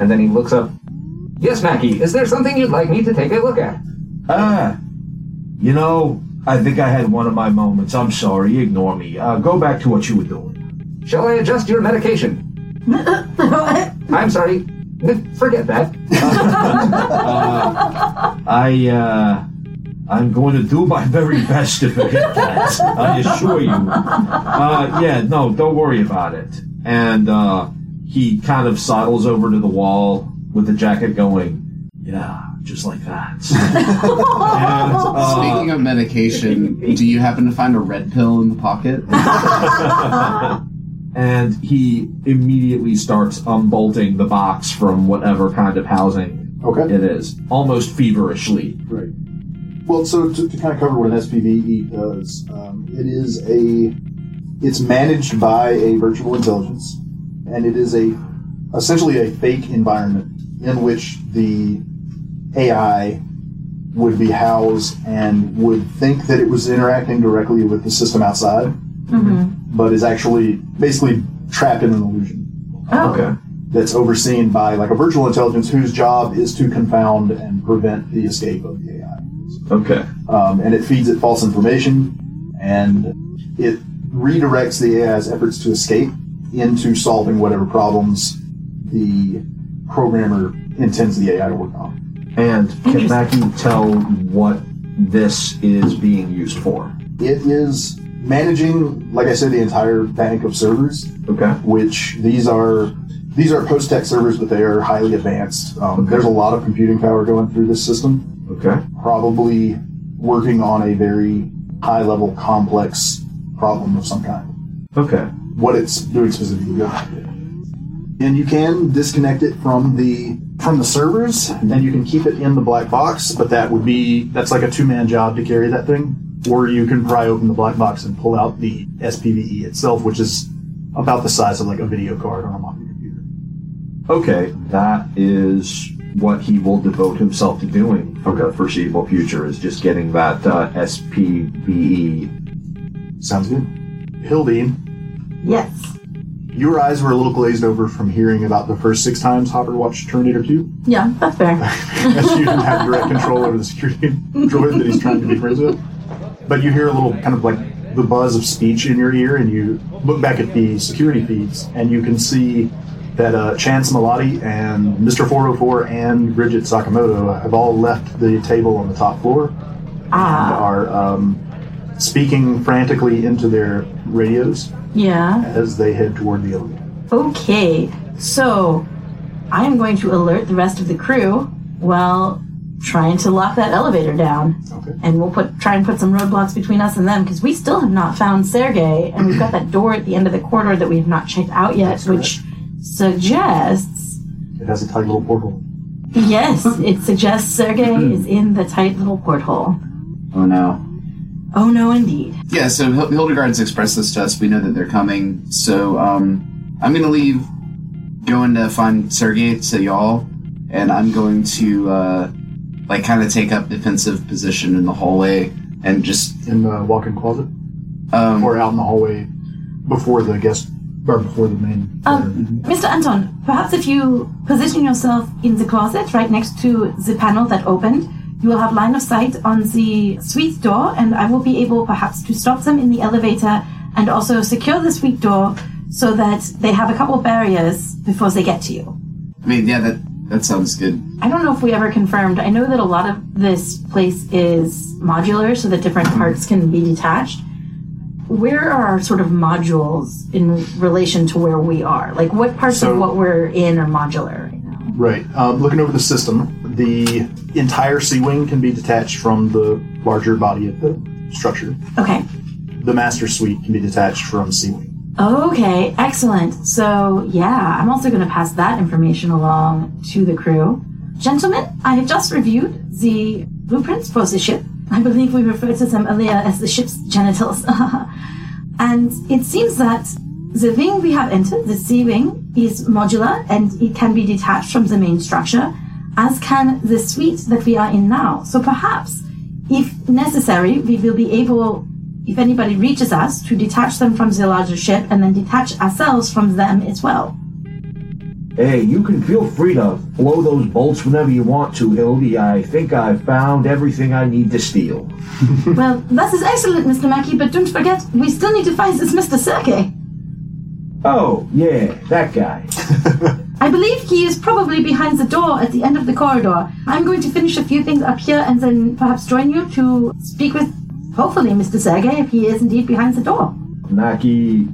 and then he looks up yes mackie is there something you'd like me to take a look at Ah, you know, I think I had one of my moments. I'm sorry. Ignore me. Uh, go back to what you were doing. shall i adjust your medication i'm sorry forget that I, uh, I'm going to do my very best to forget that. I assure you. Uh, yeah, no, don't worry about it. And, uh, he kind of sidles over to the wall with the jacket going, Yeah, just like that. and, uh, Speaking of medication, do you happen to find a red pill in the pocket? and he immediately starts unbolting the box from whatever kind of housing Okay. it is, almost feverishly. Right. Well, so to, to kind of cover what an SPVE E does, um, it is a it's managed by a virtual intelligence, and it is a essentially a fake environment in which the AI would be housed and would think that it was interacting directly with the system outside, but is actually basically trapped in an illusion Okay. that's overseen by like a virtual intelligence whose job is to confound and prevent the escape of the AI Okay. um, and it feeds it false information, and it redirects the AI's efforts to escape into solving whatever problems the programmer intends the AI to work on. And can Mackie tell what this is being used for? It is managing, like I said, the entire bank of servers, Okay. which these are these are post-tech servers, but they are highly advanced. Um, There's a lot of computing power going through this system. Okay. probably working on a very high level complex problem of some kind. Okay. What it's doing specifically. yeah. And you can disconnect it from the from the servers and you can keep it in the black box, but that would be that's like a two man job to carry that thing. Or you can pry open the black box and pull out the SPVE E itself, which is about the size of like a video card on a modern computer. Okay. That is what he will devote himself to doing for the foreseeable future is just getting that uh, SPVE. Sounds good. Hildine, yes. Your eyes were a little glazed over from hearing about the first six times Hopper watched Terminator 2, Yeah, that's fair. as you didn't have direct control over the security droid that he's trying to be friends with. But you hear a little kind of like the buzz of speech in your ear, and you look back at the security feeds, and you can see that uh, Chance Malati and Mr. 404 and Bridget Sakamoto have all left the table on the top floor and Ah, are um, speaking frantically into their radios yeah. as they head toward the elevator. Okay, so I am going to alert the rest of the crew while trying to lock that elevator down. Okay. And we'll put try and put some roadblocks between us and them because we still have not found Sergey, and we've got that door at the end of the corridor that we have not checked out yet, which suggests It has a tight little portal. yes, it suggests Sergey is in the tight little porthole. Oh no. Oh no, indeed. Yeah, so Hil- Hildegard's expressed this to us. We know that they're coming. So um, I'm going to leave, going to find Sergei to y'all, and I'm going to uh, like kind of take up defensive position in the hallway and just in the walk-in closet um, or out in the hallway before the guest or before the main. Um, Mr. Anton, perhaps if you position yourself in the closet right next to the panel that opened, you will have line of sight on the suite door, and I will be able perhaps to stop them in the elevator and also secure the suite door so that they have a couple barriers before they get to you. I mean, yeah, that that sounds good. I don't know if we ever confirmed. I know that a lot of this place is modular so that different parts can be detached. Where are our sort of modules in relation to where we are? Like, what parts So- of what we're in are modular right now? Right. Um, looking over the system, the entire Sea Wing can be detached from the larger body of the structure. Okay. The master suite can be detached from Sea Wing. Okay, excellent. So, yeah, I'm also going to pass that information along to the crew. Gentlemen, I have just reviewed the blueprints for the ship. I believe we referred to them earlier as the ship's genitals. and it seems that the wing we have entered, the sea wing, is modular and it can be detached from the main structure, as can the suite that we are in now. So perhaps, if necessary, we will be able if anybody reaches us, to detach them from the larger ship and then detach ourselves from them as well. Hey, you can feel free to blow those bolts whenever you want to, Hildy. I think I've found everything I need to steal. well, that is excellent, Mr. Mackey, but don't forget, we still need to find this Mr. Sergey. Oh, yeah, that guy. I believe he is probably behind the door at the end of the corridor. I'm going to finish a few things up here and then perhaps join you to speak with, hopefully, Mr. Sergey if he is indeed behind the door. Naki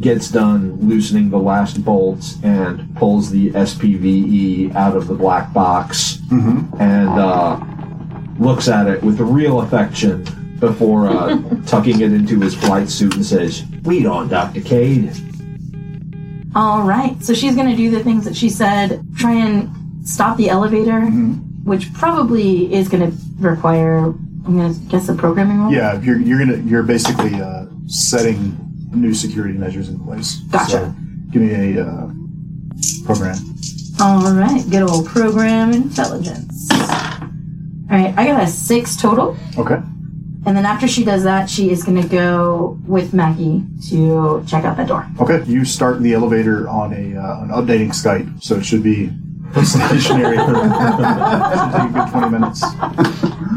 gets done loosening the last bolts and pulls the SPVE E out of the black box Mm-hmm. and uh, looks at it with real affection before uh, tucking it into his flight suit and says, Read on, Dr. Cade. All right. So she's going to do the things that she said, try and stop the elevator, which probably is going to require, I'm going to guess, a programming roll. Yeah, you're, you're gonna you're basically uh, setting new security measures in place. Gotcha. So, give me a uh, program. All right. Good old program intelligence. All right. I got a six total. Okay. And then after she does that, she is going to go with Mackie to check out that door. Okay. You start the elevator on a uh, an updating Skype, so it should be stationary for should take a good twenty minutes.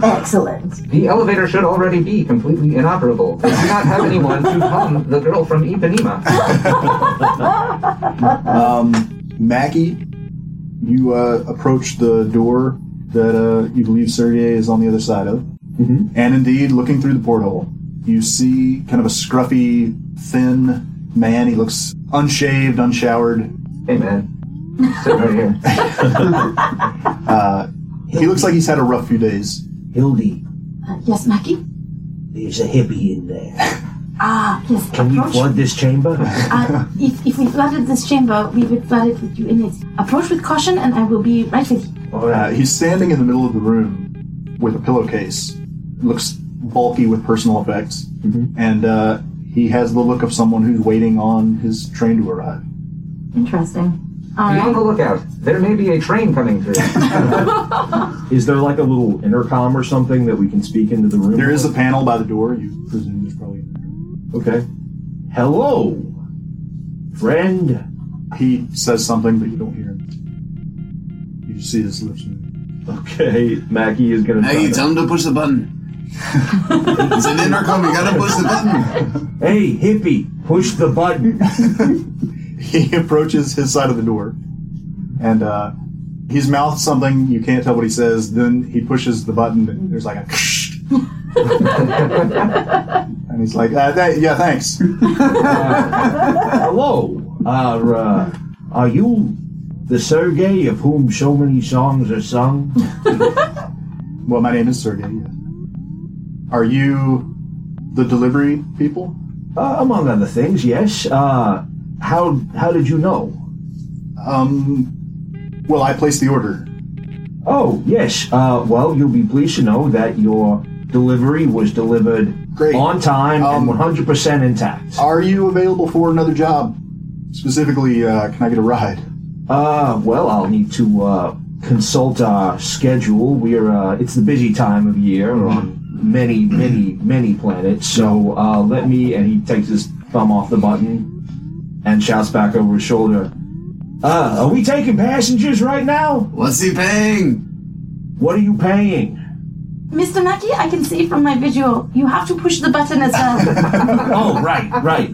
Excellent. The elevator should already be completely inoperable. We do not have anyone to hum the girl from Ipanema. Um, Maggie, you uh, approach the door that uh, you believe Sergey is on the other side of, Mhm. and indeed, looking through the porthole, you see kind of a scruffy, thin man. He looks unshaved, unshowered. Hey man. Sit right here. Uh, he looks like he's had a rough few days. Hildy, Uh, yes, Mackie? there's a hippie in there. Ah, yes. Can we approach. flood this chamber? Uh, if, if we flooded this chamber, we would flood it with you in it. Approach with caution, and I will be right with you. All Uh, right. he's standing in the middle of the room with a pillowcase. Looks bulky with personal effects, and uh, he has the look of someone who's waiting on his train to arrive. Interesting. All Be on the right. lookout. There may be a train coming through. Is there like a little intercom or something that we can speak into the room? There is a panel by the door. You presume there's probably. Okay. Hello, Friend. He says something, but you don't hear him. You just see his lips. Okay, Maggie is gonna. Maggie, tell him to push the button. it's an intercom. You gotta push the button. Hey, hippie, push the button. he approaches his side of the door, and uh, he's mouthed something. You can't tell what he says. Then he pushes the button, and there's like a. and he's like, uh, th- "Yeah, thanks." Hello. Are uh, are you the Sergey of whom so many songs are sung? Well, my name is Sergey. yes. Are you the delivery people? Uh, among other things, yes. Uh, how how did you know? Um, well, I placed the order. Oh yes. Uh, well, you'll be pleased to know that your delivery was delivered Great. on time Um, and 100% intact. Are you available for another job? Specifically, uh, can I get a ride? Uh, well, I'll need to uh, consult our schedule. We're uh, it's the busy time of year on many, many, many planets. So uh, let me. And he takes his thumb off the button and shouts back over his shoulder. Uh, are we taking passengers right now? What's he paying? What are you paying? Mr. Mackey, I can see from my visual, you have to push the button as well. oh, right, right.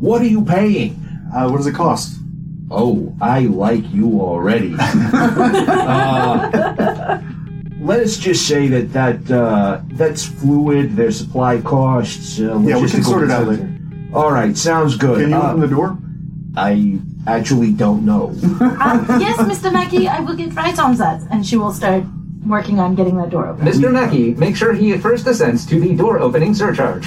What are you paying? Uh, what does it cost? Oh, I like you already. Uh, let us just say that that uh, that's fluid. Their supply costs. Uh, Yeah, we can logistical sort it out concerns. later. All right, sounds good. Can you Uh, open the door? I actually don't know. Uh, yes, Mr. Mackey, I will get right on that. And she will start working on getting that door open. Mr. Mackey, make sure he first assents to the door opening surcharge.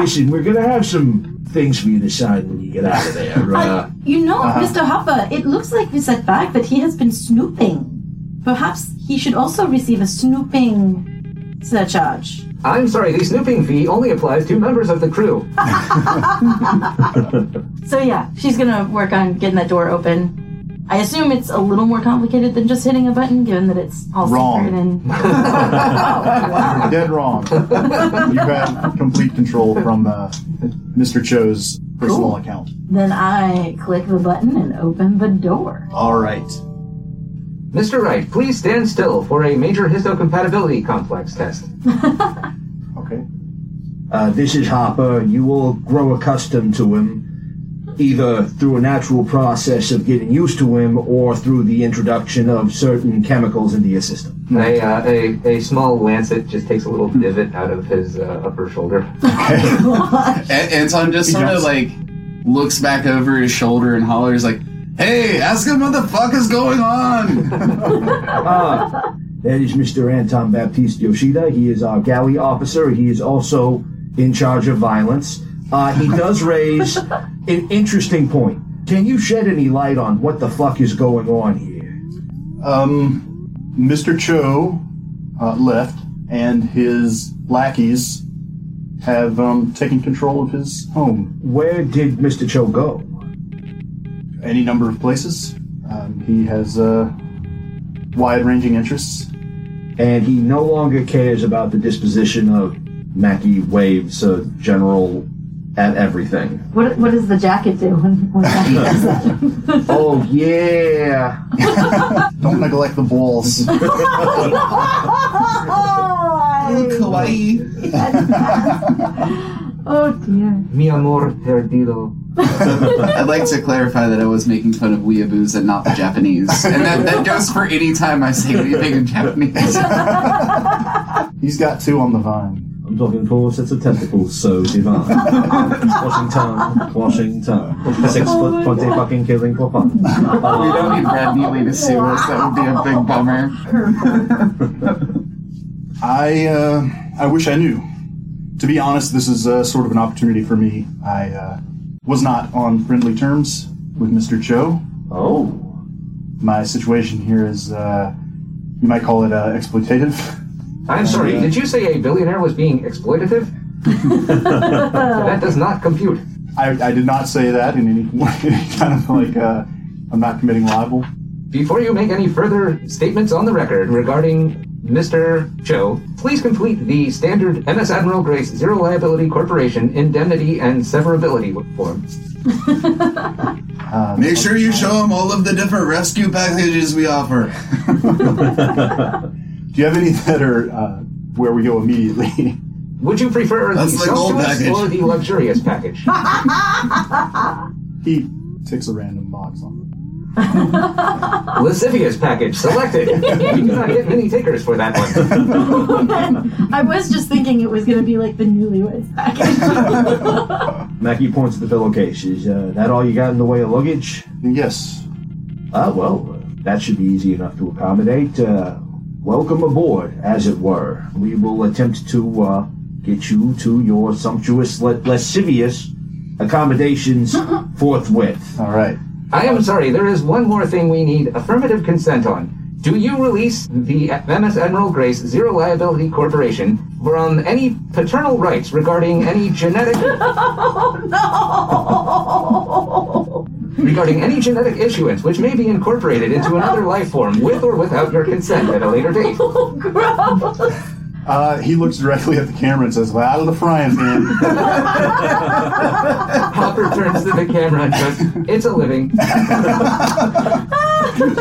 Listen, we're gonna have some things for you to sign when you get out of there. Uh, You know, Mr. Hopper, it looks like we set back that he has been snooping. Perhaps he should also receive a snooping surcharge. I'm sorry, the snooping fee only applies to members of the crew. So yeah, she's gonna work on getting that door open. I assume it's a little more complicated than just hitting a button, given that it's all Wrong. secret and Dead wrong. you have complete control from uh, Mr. Cho's personal account. Then I click the button and open the door. All right. Mr. Wright, please stand still for a major histocompatibility complex test. Okay. uh, this is Hopper. You will grow accustomed to him, either through a natural process of getting used to him, or through the introduction of certain chemicals into your system. A, uh, a, a small lancet just takes a little divot out of his uh, upper shoulder. A- Anton just He sort of jumps. like looks back over his shoulder and hollers like, "Hey, ask him what the fuck is going on." Ah, that is Mr. Anton Baptiste Yoshida. He is our galley officer. He is also in charge of violence. Uh, he does raise an interesting point. Can you shed any light on what the fuck is going on here? Um, Mr. Cho uh, left, and his lackeys have um, taken control of his home. Where did Mr. Cho go? Any number of places. Um, he has uh, wide-ranging interests. And he no longer cares about the disposition of Mackey waves a general at everything. What what does the jacket do when, when that does that? oh yeah. Don't neglect the balls. oh, Kawaii. dear. Mi amor perdido. I'd like to clarify that I was making fun of weeaboos and not the Japanese, and that, that goes for any time I say anything in Japanese. He's got two on the vine. I'm talking four sets of tentacles, so divine. Washington, Washington. Six foot twenty fucking killing for fun. we don't need Brad Neely to sue us. That would be a big bummer. I uh, I wish I knew. To be honest, this is uh, sort of an opportunity for me. I uh, was not on friendly terms with Mr. Cho. Oh. My situation here is, uh, you might call it uh, exploitative. I'm sorry, did you say a billionaire was being exploitative? that does not compute. I, I did not say that in any, any kind of like uh, I'm not committing libel. Before you make any further statements on the record regarding Mr. Cho, please complete the standard MS Admiral Grace Zero Liability Corporation indemnity and severability form. Make sure you show them all of the different rescue packages we offer. Do you have any that are uh, where we go immediately? Would you prefer That's the the gold sumptuous package. or the luxurious package? he takes a random box on Lascivious package selected. you do not get many takers for that one. I was just thinking it was going to be like the newlyweds package. Mackie points at the pillowcase. Is uh, that all you got in the way of luggage? Yes. Ah, well, uh, that should be easy enough to accommodate. Uh, welcome aboard, as it were. We will attempt to uh, get you to your sumptuous, la- lascivious accommodations forthwith. All right. I am sorry, there is one more thing we need affirmative consent on. Do you release the MS Admiral Grace Zero Liability Corporation from any paternal rights regarding any genetic regarding any genetic issuance which may be incorporated into another life form with or without your consent at a later date? Uh, he looks directly at the camera and says, well, "Out of the frying pan." Hopper turns to the camera and goes, It's a living. His You're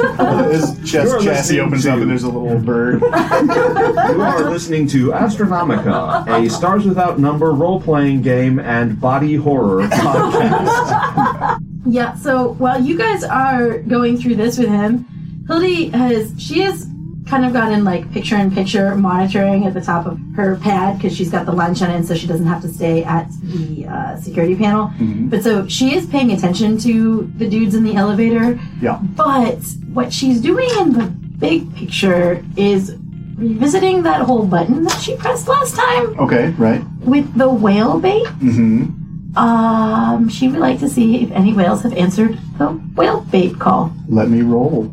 chest chassis listening opens to- up and there's a little bird. You are listening to Astronomica, a Stars Without Number role playing game and body horror podcast. yeah, so while you guys are going through this with him, Hildy has, she has kind of gotten like picture in picture monitoring at the top of her pad because she's got the line shut in so she doesn't have to stay at the uh, security panel. But so she is paying attention to the dudes in the elevator. Yeah. But what she's doing in the big picture is revisiting that whole button that she pressed last time Okay. Right. with the whale bait. Mm-hmm. Um, she would like to see if any whales have answered the whale bait call. Let me roll.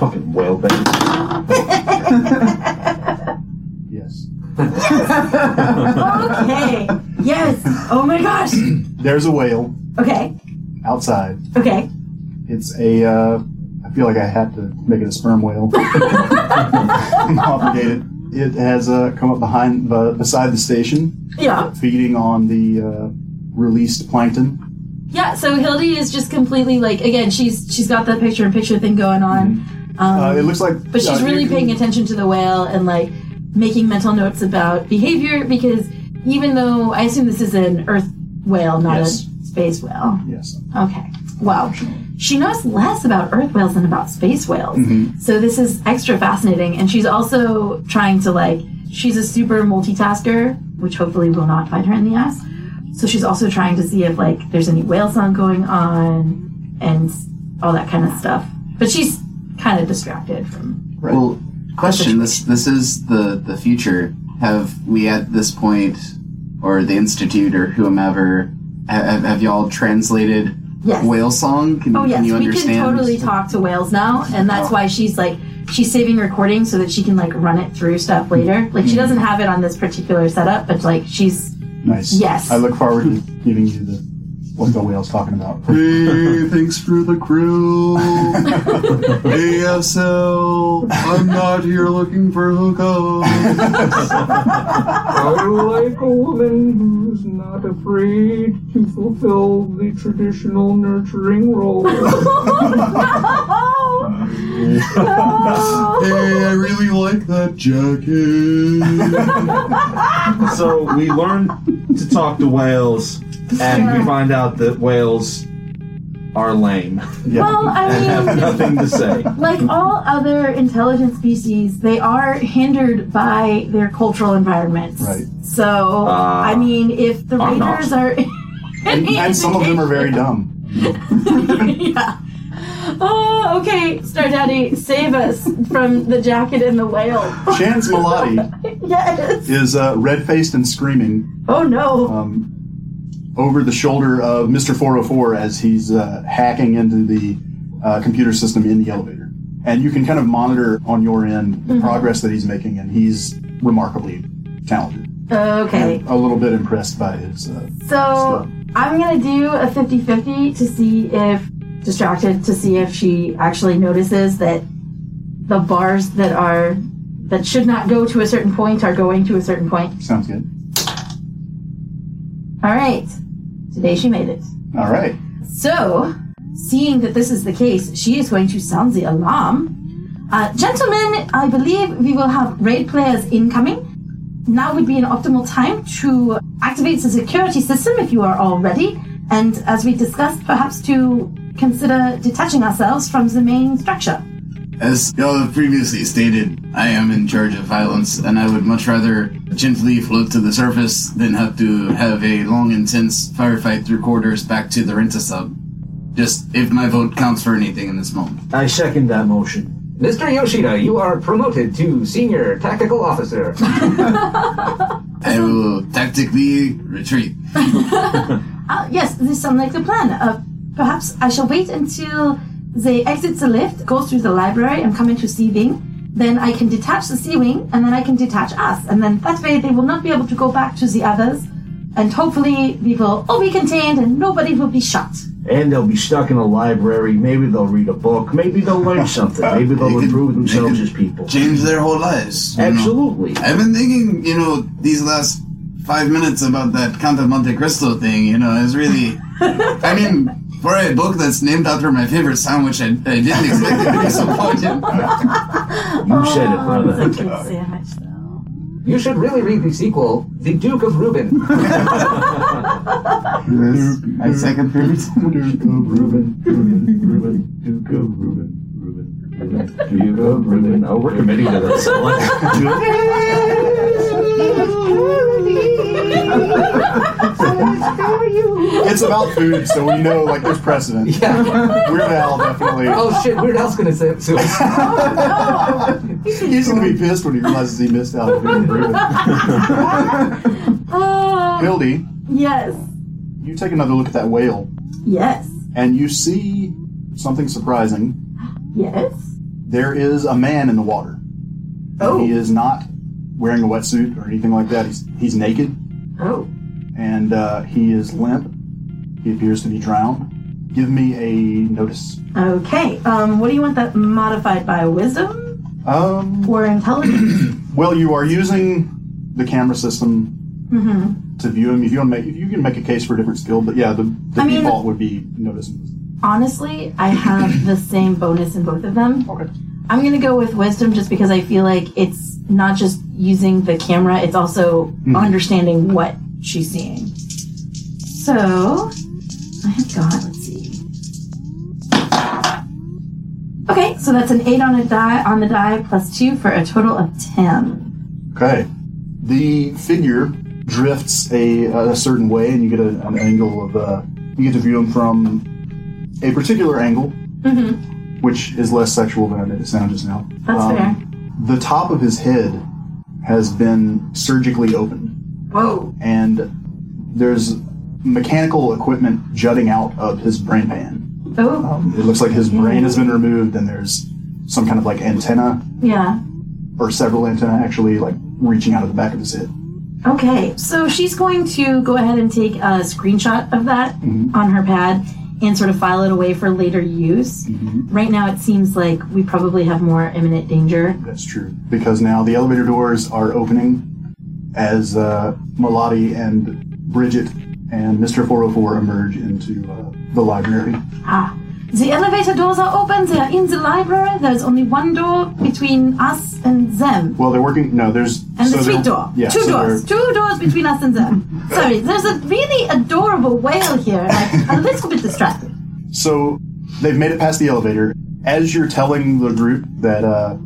Fucking whale bait. Yes. Okay. yes. Oh my gosh. There's a whale Okay. outside. Okay. It's a. Uh, I feel like I had to make it a sperm whale. I'm obligated. It has uh, come up behind, uh, beside the station, Yeah. feeding on the uh, released plankton. Yeah. So Hildy is just completely like again. She's she's got that picture in picture thing going on. Um, Uh, it looks like. but she's uh, really you can- paying attention to the whale and like making mental notes about behavior because even though I assume this is an earth whale, not Yes. a space whale. Yes. Okay. Wow. She knows less about earth whales than about space whales. Mm-hmm. So this is extra fascinating. And she's also trying to, like, she's a super multitasker, which hopefully will not bite her in the ass. So she's also trying to see if, like, there's any whale song going on and all that kind of stuff. But she's kind of distracted from. Well, question: This this is the the future. Have we at this point, or the institute, or whomever, ha- have, have y'all translated Yes. whale song? Can, Oh, yes. can you We understand? can totally talk to whales now. And that's why she's, like, she's saving recordings so that she can, like, run it through stuff Mm-hmm. later. Like, she doesn't have it on this particular setup, but, like, she's Nice. Yes. I look forward to giving you the what the whale's talking about. Hey, thanks for the crew. ASL. I'm not here looking for hookups. I like a woman who's not afraid to fulfill the traditional nurturing role. Hey, I really like that jacket. So we learn to talk to whales, and we find out that whales are lame Well, and have I mean, nothing to say. like all other intelligent species, they are hindered by their cultural environments. Right. So, Ah. I mean, if the I'm not. raiders are. And, and some of them are very dumb. yeah. Oh, okay, Star Daddy, save us from the jacket and the whale. Chance Malati yes. is uh, red faced and screaming. Oh no. um, over the shoulder of Mr. 404 as he's uh, hacking into the uh, computer system in the elevator. And you can kind of monitor on your end Mm-hmm. the progress that he's making, and he's remarkably talented. Okay. A little bit impressed by his. Uh, So, I'm gonna do a 50 50 to see if. Distracted to see if she actually notices that the bars that are that should not go to a certain point are going to a certain point. Sounds good. All right. Today she made it. All right. So, seeing that this is the case, she is going to sound the alarm. Uh, gentlemen, I believe we will have raid players incoming. Now would be an optimal time to activate the security system if you are all ready, and as we discussed, perhaps to consider detaching ourselves from the main structure. As y'all have previously stated, I am in charge of violence, and I would much rather gently float to the surface than have to have a long, intense firefight through corridors back to the rent a sub. Just if my vote counts for anything in this moment. I second that motion. Mr. Yoshida, you are promoted to Senior Tactical Officer. I will tactically retreat. Ah, yes, this sounds like the plan. Uh, perhaps I shall wait until they exit the lift, go through the library, and come into C wing. Then I can detach the C wing, and then I can detach us, and then that way they will not be able to go back to the others, and hopefully we will all be contained and nobody will be shot. And they'll be stuck in a library. Maybe they'll read a book. Maybe they'll learn something. Maybe they'll improve themselves as people. Change their whole lives. you know. Absolutely. I've been thinking, you know, these last five minutes about that Count of Monte Cristo thing, you know, is really. I mean, for a book that's named after my favorite sandwich, I, I didn't expect it to be so pointed. You said it, brother. It's a good sandwich, though. You should really read the sequel, The Duke of Reuben. Yes, my second favorite sandwich. Oh, we're committing to this. It's about food, so we know like there's precedent. Weird Al definitely. oh shit, Weird Al's gonna say it He's gonna be pissed when he realizes he missed out. on Weird Al. Oh, Hildy, yes, you take another look at that whale, yes, and you see something surprising. yes. There is a man in the water. Oh, He is not wearing a wetsuit or anything like that. He's he's naked. oh. and uh, he is limp. He appears to be drowned. Give me a notice. Okay. Um, what do you want that modified by? Wisdom Um, or intelligence? well, you are using the camera system to view him. If you want to make, if you can make a case for a different skill, but yeah, the, the I mean- default would be notice. and wisdom. Honestly, I have the same bonus in both of them. Okay. I'm gonna go with wisdom just because I feel like it's not just using the camera; it's also understanding what she's seeing. So I have got. Let's see. Okay, so that's an eight on a die on the die plus two for a total of ten. Okay. The figure drifts a, a certain way, and you get a, an angle of uh, you get to view him from a particular angle, which is less sexual than I made it sound just now. That's Um, fair. The top of his head has been surgically opened, Whoa. and there's mechanical equipment jutting out of his brain pan. Oh. Um, it looks like his brain has been removed, and there's some kind of like antenna Yeah. or several antenna actually like reaching out of the back of his head. Okay, so she's going to go ahead and take a screenshot of that Mm-hmm. on her pad and sort of file it away for later use. Mm-hmm. Right now, it seems like we probably have more imminent danger. That's true. Because now the elevator doors are opening as uh, Melody and Bridget and Mr. 404 emerge into uh, the library. Ah, the elevator doors are open, they are in the library. There's only one door between us and them. Well, they're working. No, there's. And so the they're- sweet door. Yeah, Two so doors. they're- Two doors between us and them. Sorry, there's a really adorable whale here. and I'm a little bit distracted. So they've made it past the elevator. As you're telling the group that uh,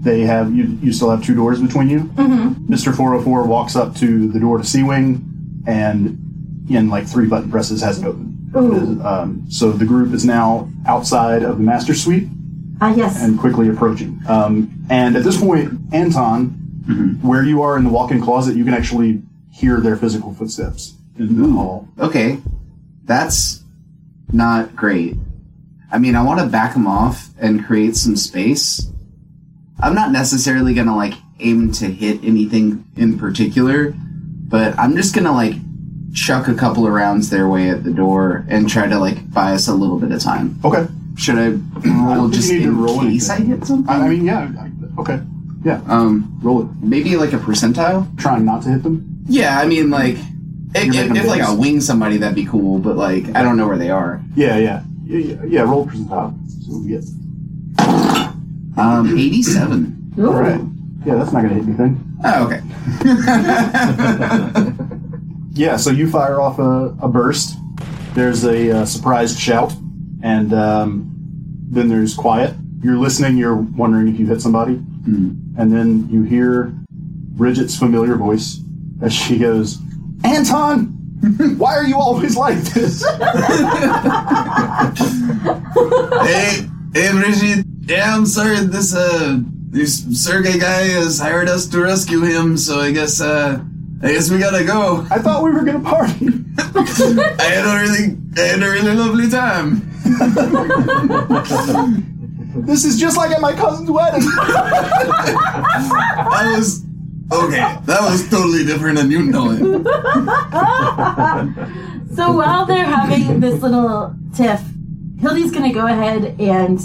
they have, you, you still have two doors between you. Mm-hmm. Mr. 404 walks up to the door to Sea Wing, and in like three button presses has it open. Ooh. Um, so the group is now outside of the master suite Ah, yes. and quickly approaching. Um, and at this point, Anton, where you are in the walk-in closet, you can actually hear their physical footsteps in the hall. Okay. That's not great. I mean, I want to back him off and create some space. I'm not necessarily going to like aim to hit anything in particular, but I'm just going to like chuck a couple of rounds their way at the door and try to like buy us a little bit of time. Okay. Should I I roll don't think just you need to in roll case I anything. hit something? I, I mean, yeah. I, okay. Yeah. Um, roll it. Maybe like a percentile. Trying not to hit them. Yeah, I mean like, if, if, making if, like rolls. I wing somebody, that'd be cool. But like, I don't know where they are. Yeah, yeah, yeah. yeah, yeah roll percentile. See what we get. Um, eighty-seven. All right. Yeah, that's not going to hit anything. Oh, okay. Yeah, so you fire off a, a burst. There's a, uh surprised shout, and um, then there's quiet. You're listening. You're wondering if you hit somebody, and then you hear Bridget's familiar voice as she goes, "Anton, why are you always like this?" hey, hey, Brigitte. Yeah, I'm sorry. This uh, this Sergey guy has hired us to rescue him, so I guess uh, I guess we gotta go. I thought we were gonna party. I had a really, I had a really lovely time. this is just like at my cousin's wedding. That was okay. That was totally different, and you know it. So while they're having this little tiff, Hildy's gonna go ahead and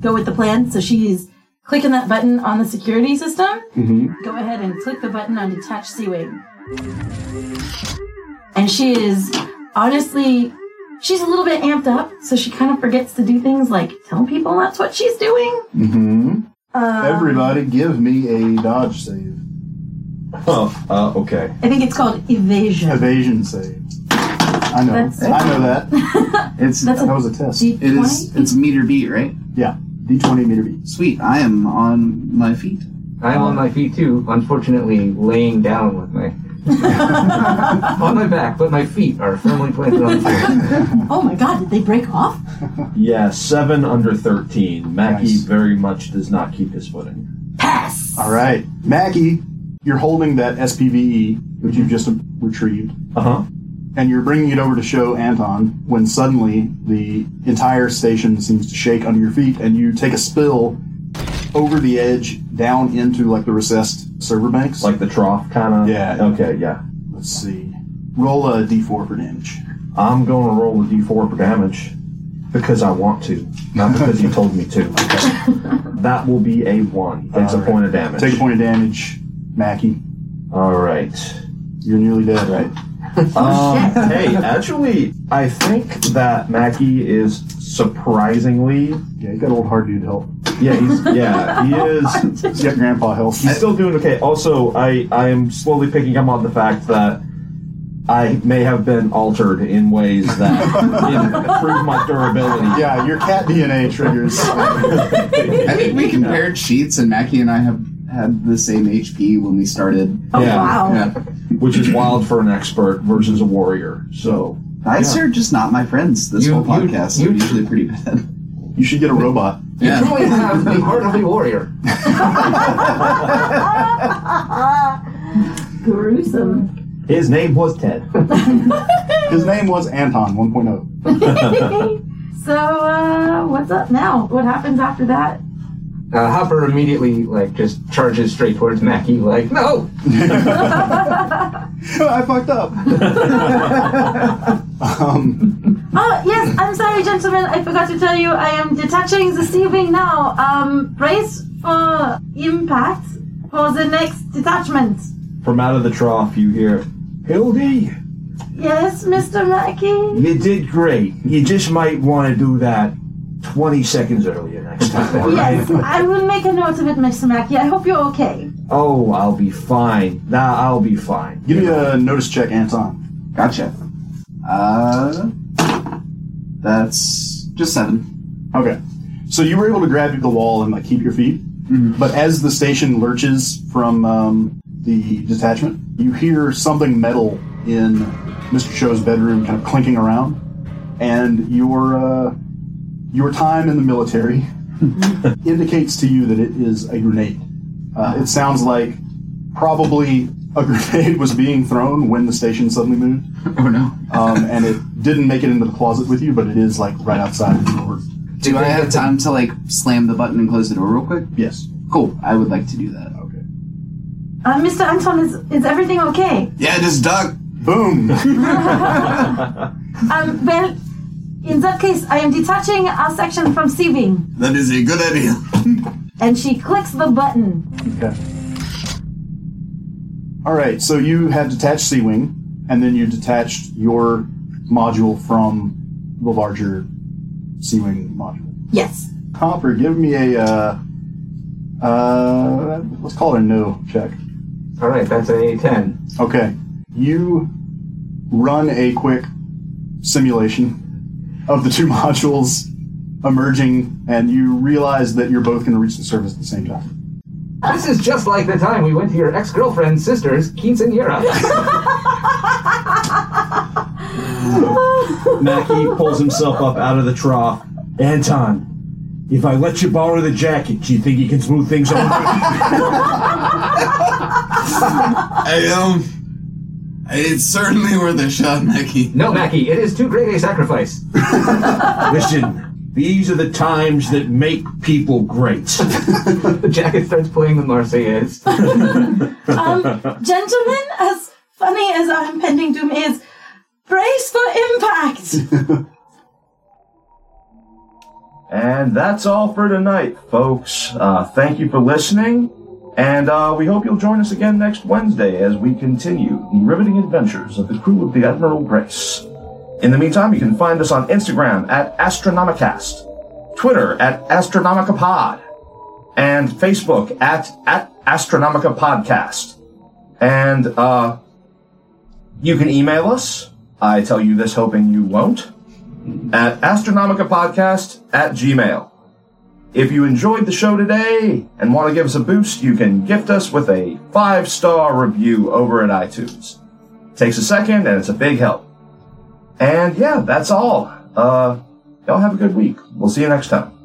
go with the plan. So she's clicking that button on the security system. Mhm. Go ahead and click the button on detach sea wing. And she is honestly, she's a little bit amped up, so she kind of forgets to do things like tell people that's what she's doing. Mm-hmm. Um, Everybody, give me a dodge save. Oh, uh, okay. I think it's called evasion. Evasion save. I know. That's- I know that. It's That's a that was a test. D20? it is it's meter beat, right? Yeah. D20 meter beat. Sweet. I am on my feet. I'm on my feet too, unfortunately laying down with my on my back, but my feet are firmly planted on the floor. Oh my god, did they break off? Yeah, seven under thirteen. Mackie Nice. very much does not keep his footing. Pass! All right, Mackie, you're holding that SPVE E that you've just retrieved, Uh Uh-huh. huh. and you're bringing it over to show Anton. When suddenly the entire station seems to shake under your feet, and you take a spill over the edge down into like the recessed server banks. Like the trough, kind of. Yeah. Okay. Yeah. let's see, roll a D4 for damage. I'm going to roll a d4 for damage because I want to, not because you told me to. that will be a one. That's a Alright. point of damage. Take a point of damage, Mackie. All right. You're nearly dead. Right. Um, shit. hey, actually, I think that Mackie is surprisingly. Yeah, you got old hard dude help. Yeah, he's yeah, Oh, he is. You got grandpa help. He's still doing okay. Also, I I am slowly picking up on the fact that I may have been altered in ways that improve my durability. Yeah, your cat DNA triggers. I think we compared sheets, and Mackie and I have had the same HP when we started. Oh Yeah. wow. Yeah. which is wild for an expert versus a warrior. So Knights are just not my friends. This You- whole you- podcast you- I'm usually pretty bad. you should get a robot. You truly have the heart of a warrior. Gruesome. his name was Ted. His name was Anton 1.0. so uh, what's up now? What happens after that? Uh, Hopper immediately like just charges straight towards Mackie, like no. I fucked up. um, Oh yes, I'm sorry, gentlemen. I forgot to tell you. I am detaching the sea wing now. Um, brace for impact for the next detachment. From out of the trough, you hear, Hildy, Yes, Mr. Mackey. you did great. You just might want to do that 20 seconds earlier next time. all right?" Yes, I will make a note of it, Mr. Mackey. I hope you're okay. Oh, I'll be fine. Nah, I'll be fine. give me a notice check, Anton. Gotcha. Uh, that's just seven. Okay. So you were able to grab the wall and like keep your feet, but as the station lurches from um, the detachment, you hear something metal in Mr. Cho's bedroom, kind of clinking around, and your uh, your time in the military indicates to you that it is a grenade. Uh, it sounds like probably a grenade was being thrown when the station suddenly moved, Oh no. um, and it didn't make it into the closet with you, but it is like right outside the door. Do I have time to like slam the button and close the door real quick? Yes. Cool. I would like to do that. Okay. Uh, Mr. Anton, is is everything okay? Yeah, just duck. Boom. Um, well, in that case, I am detaching our section from Sea Wing. That is a good idea. and she clicks the button. Okay. All right, so you have detached Sea Wing, and then you detached your module from the larger Sea Wing module. Yes. Hopper, give me a, uh, uh, let's call it a no check. All right, that's a 10. Okay. You run a quick simulation of the two modules emerging, and you realize that you're both going to reach the surface at the same time. This is just like the time we went to your ex girlfriend's sister's quinceanera. Mackie pulls himself up out of the trough. Anton, if I let you borrow the jacket, do you think you can smooth things over? I, um, it's certainly worth a shot, Mackie. no, Mackie, it is too great a sacrifice. Listen, these are the times that make people great. The jacket starts playing the Marseillaise. Um, Gentlemen, as funny as our impending doom is, brace for impact. And that's all for tonight, folks. Uh, thank you for listening, and uh, we hope you'll join us again next Wednesday as we continue the riveting adventures of the crew of the Admiral Grace. In the meantime, you can find us on Instagram at Astronomicast, Twitter at Astronomicapod, and Facebook at, at Astronomica Podcast. And uh, you can email us. I tell you this hoping you won't at astronomicapodcast at gmail. If you enjoyed the show today and want to give us a boost, you can gift us with a five star review over at iTunes. Takes a second and it's a big help. And yeah, that's all. Uh, y'all have a good week. We'll see you next time.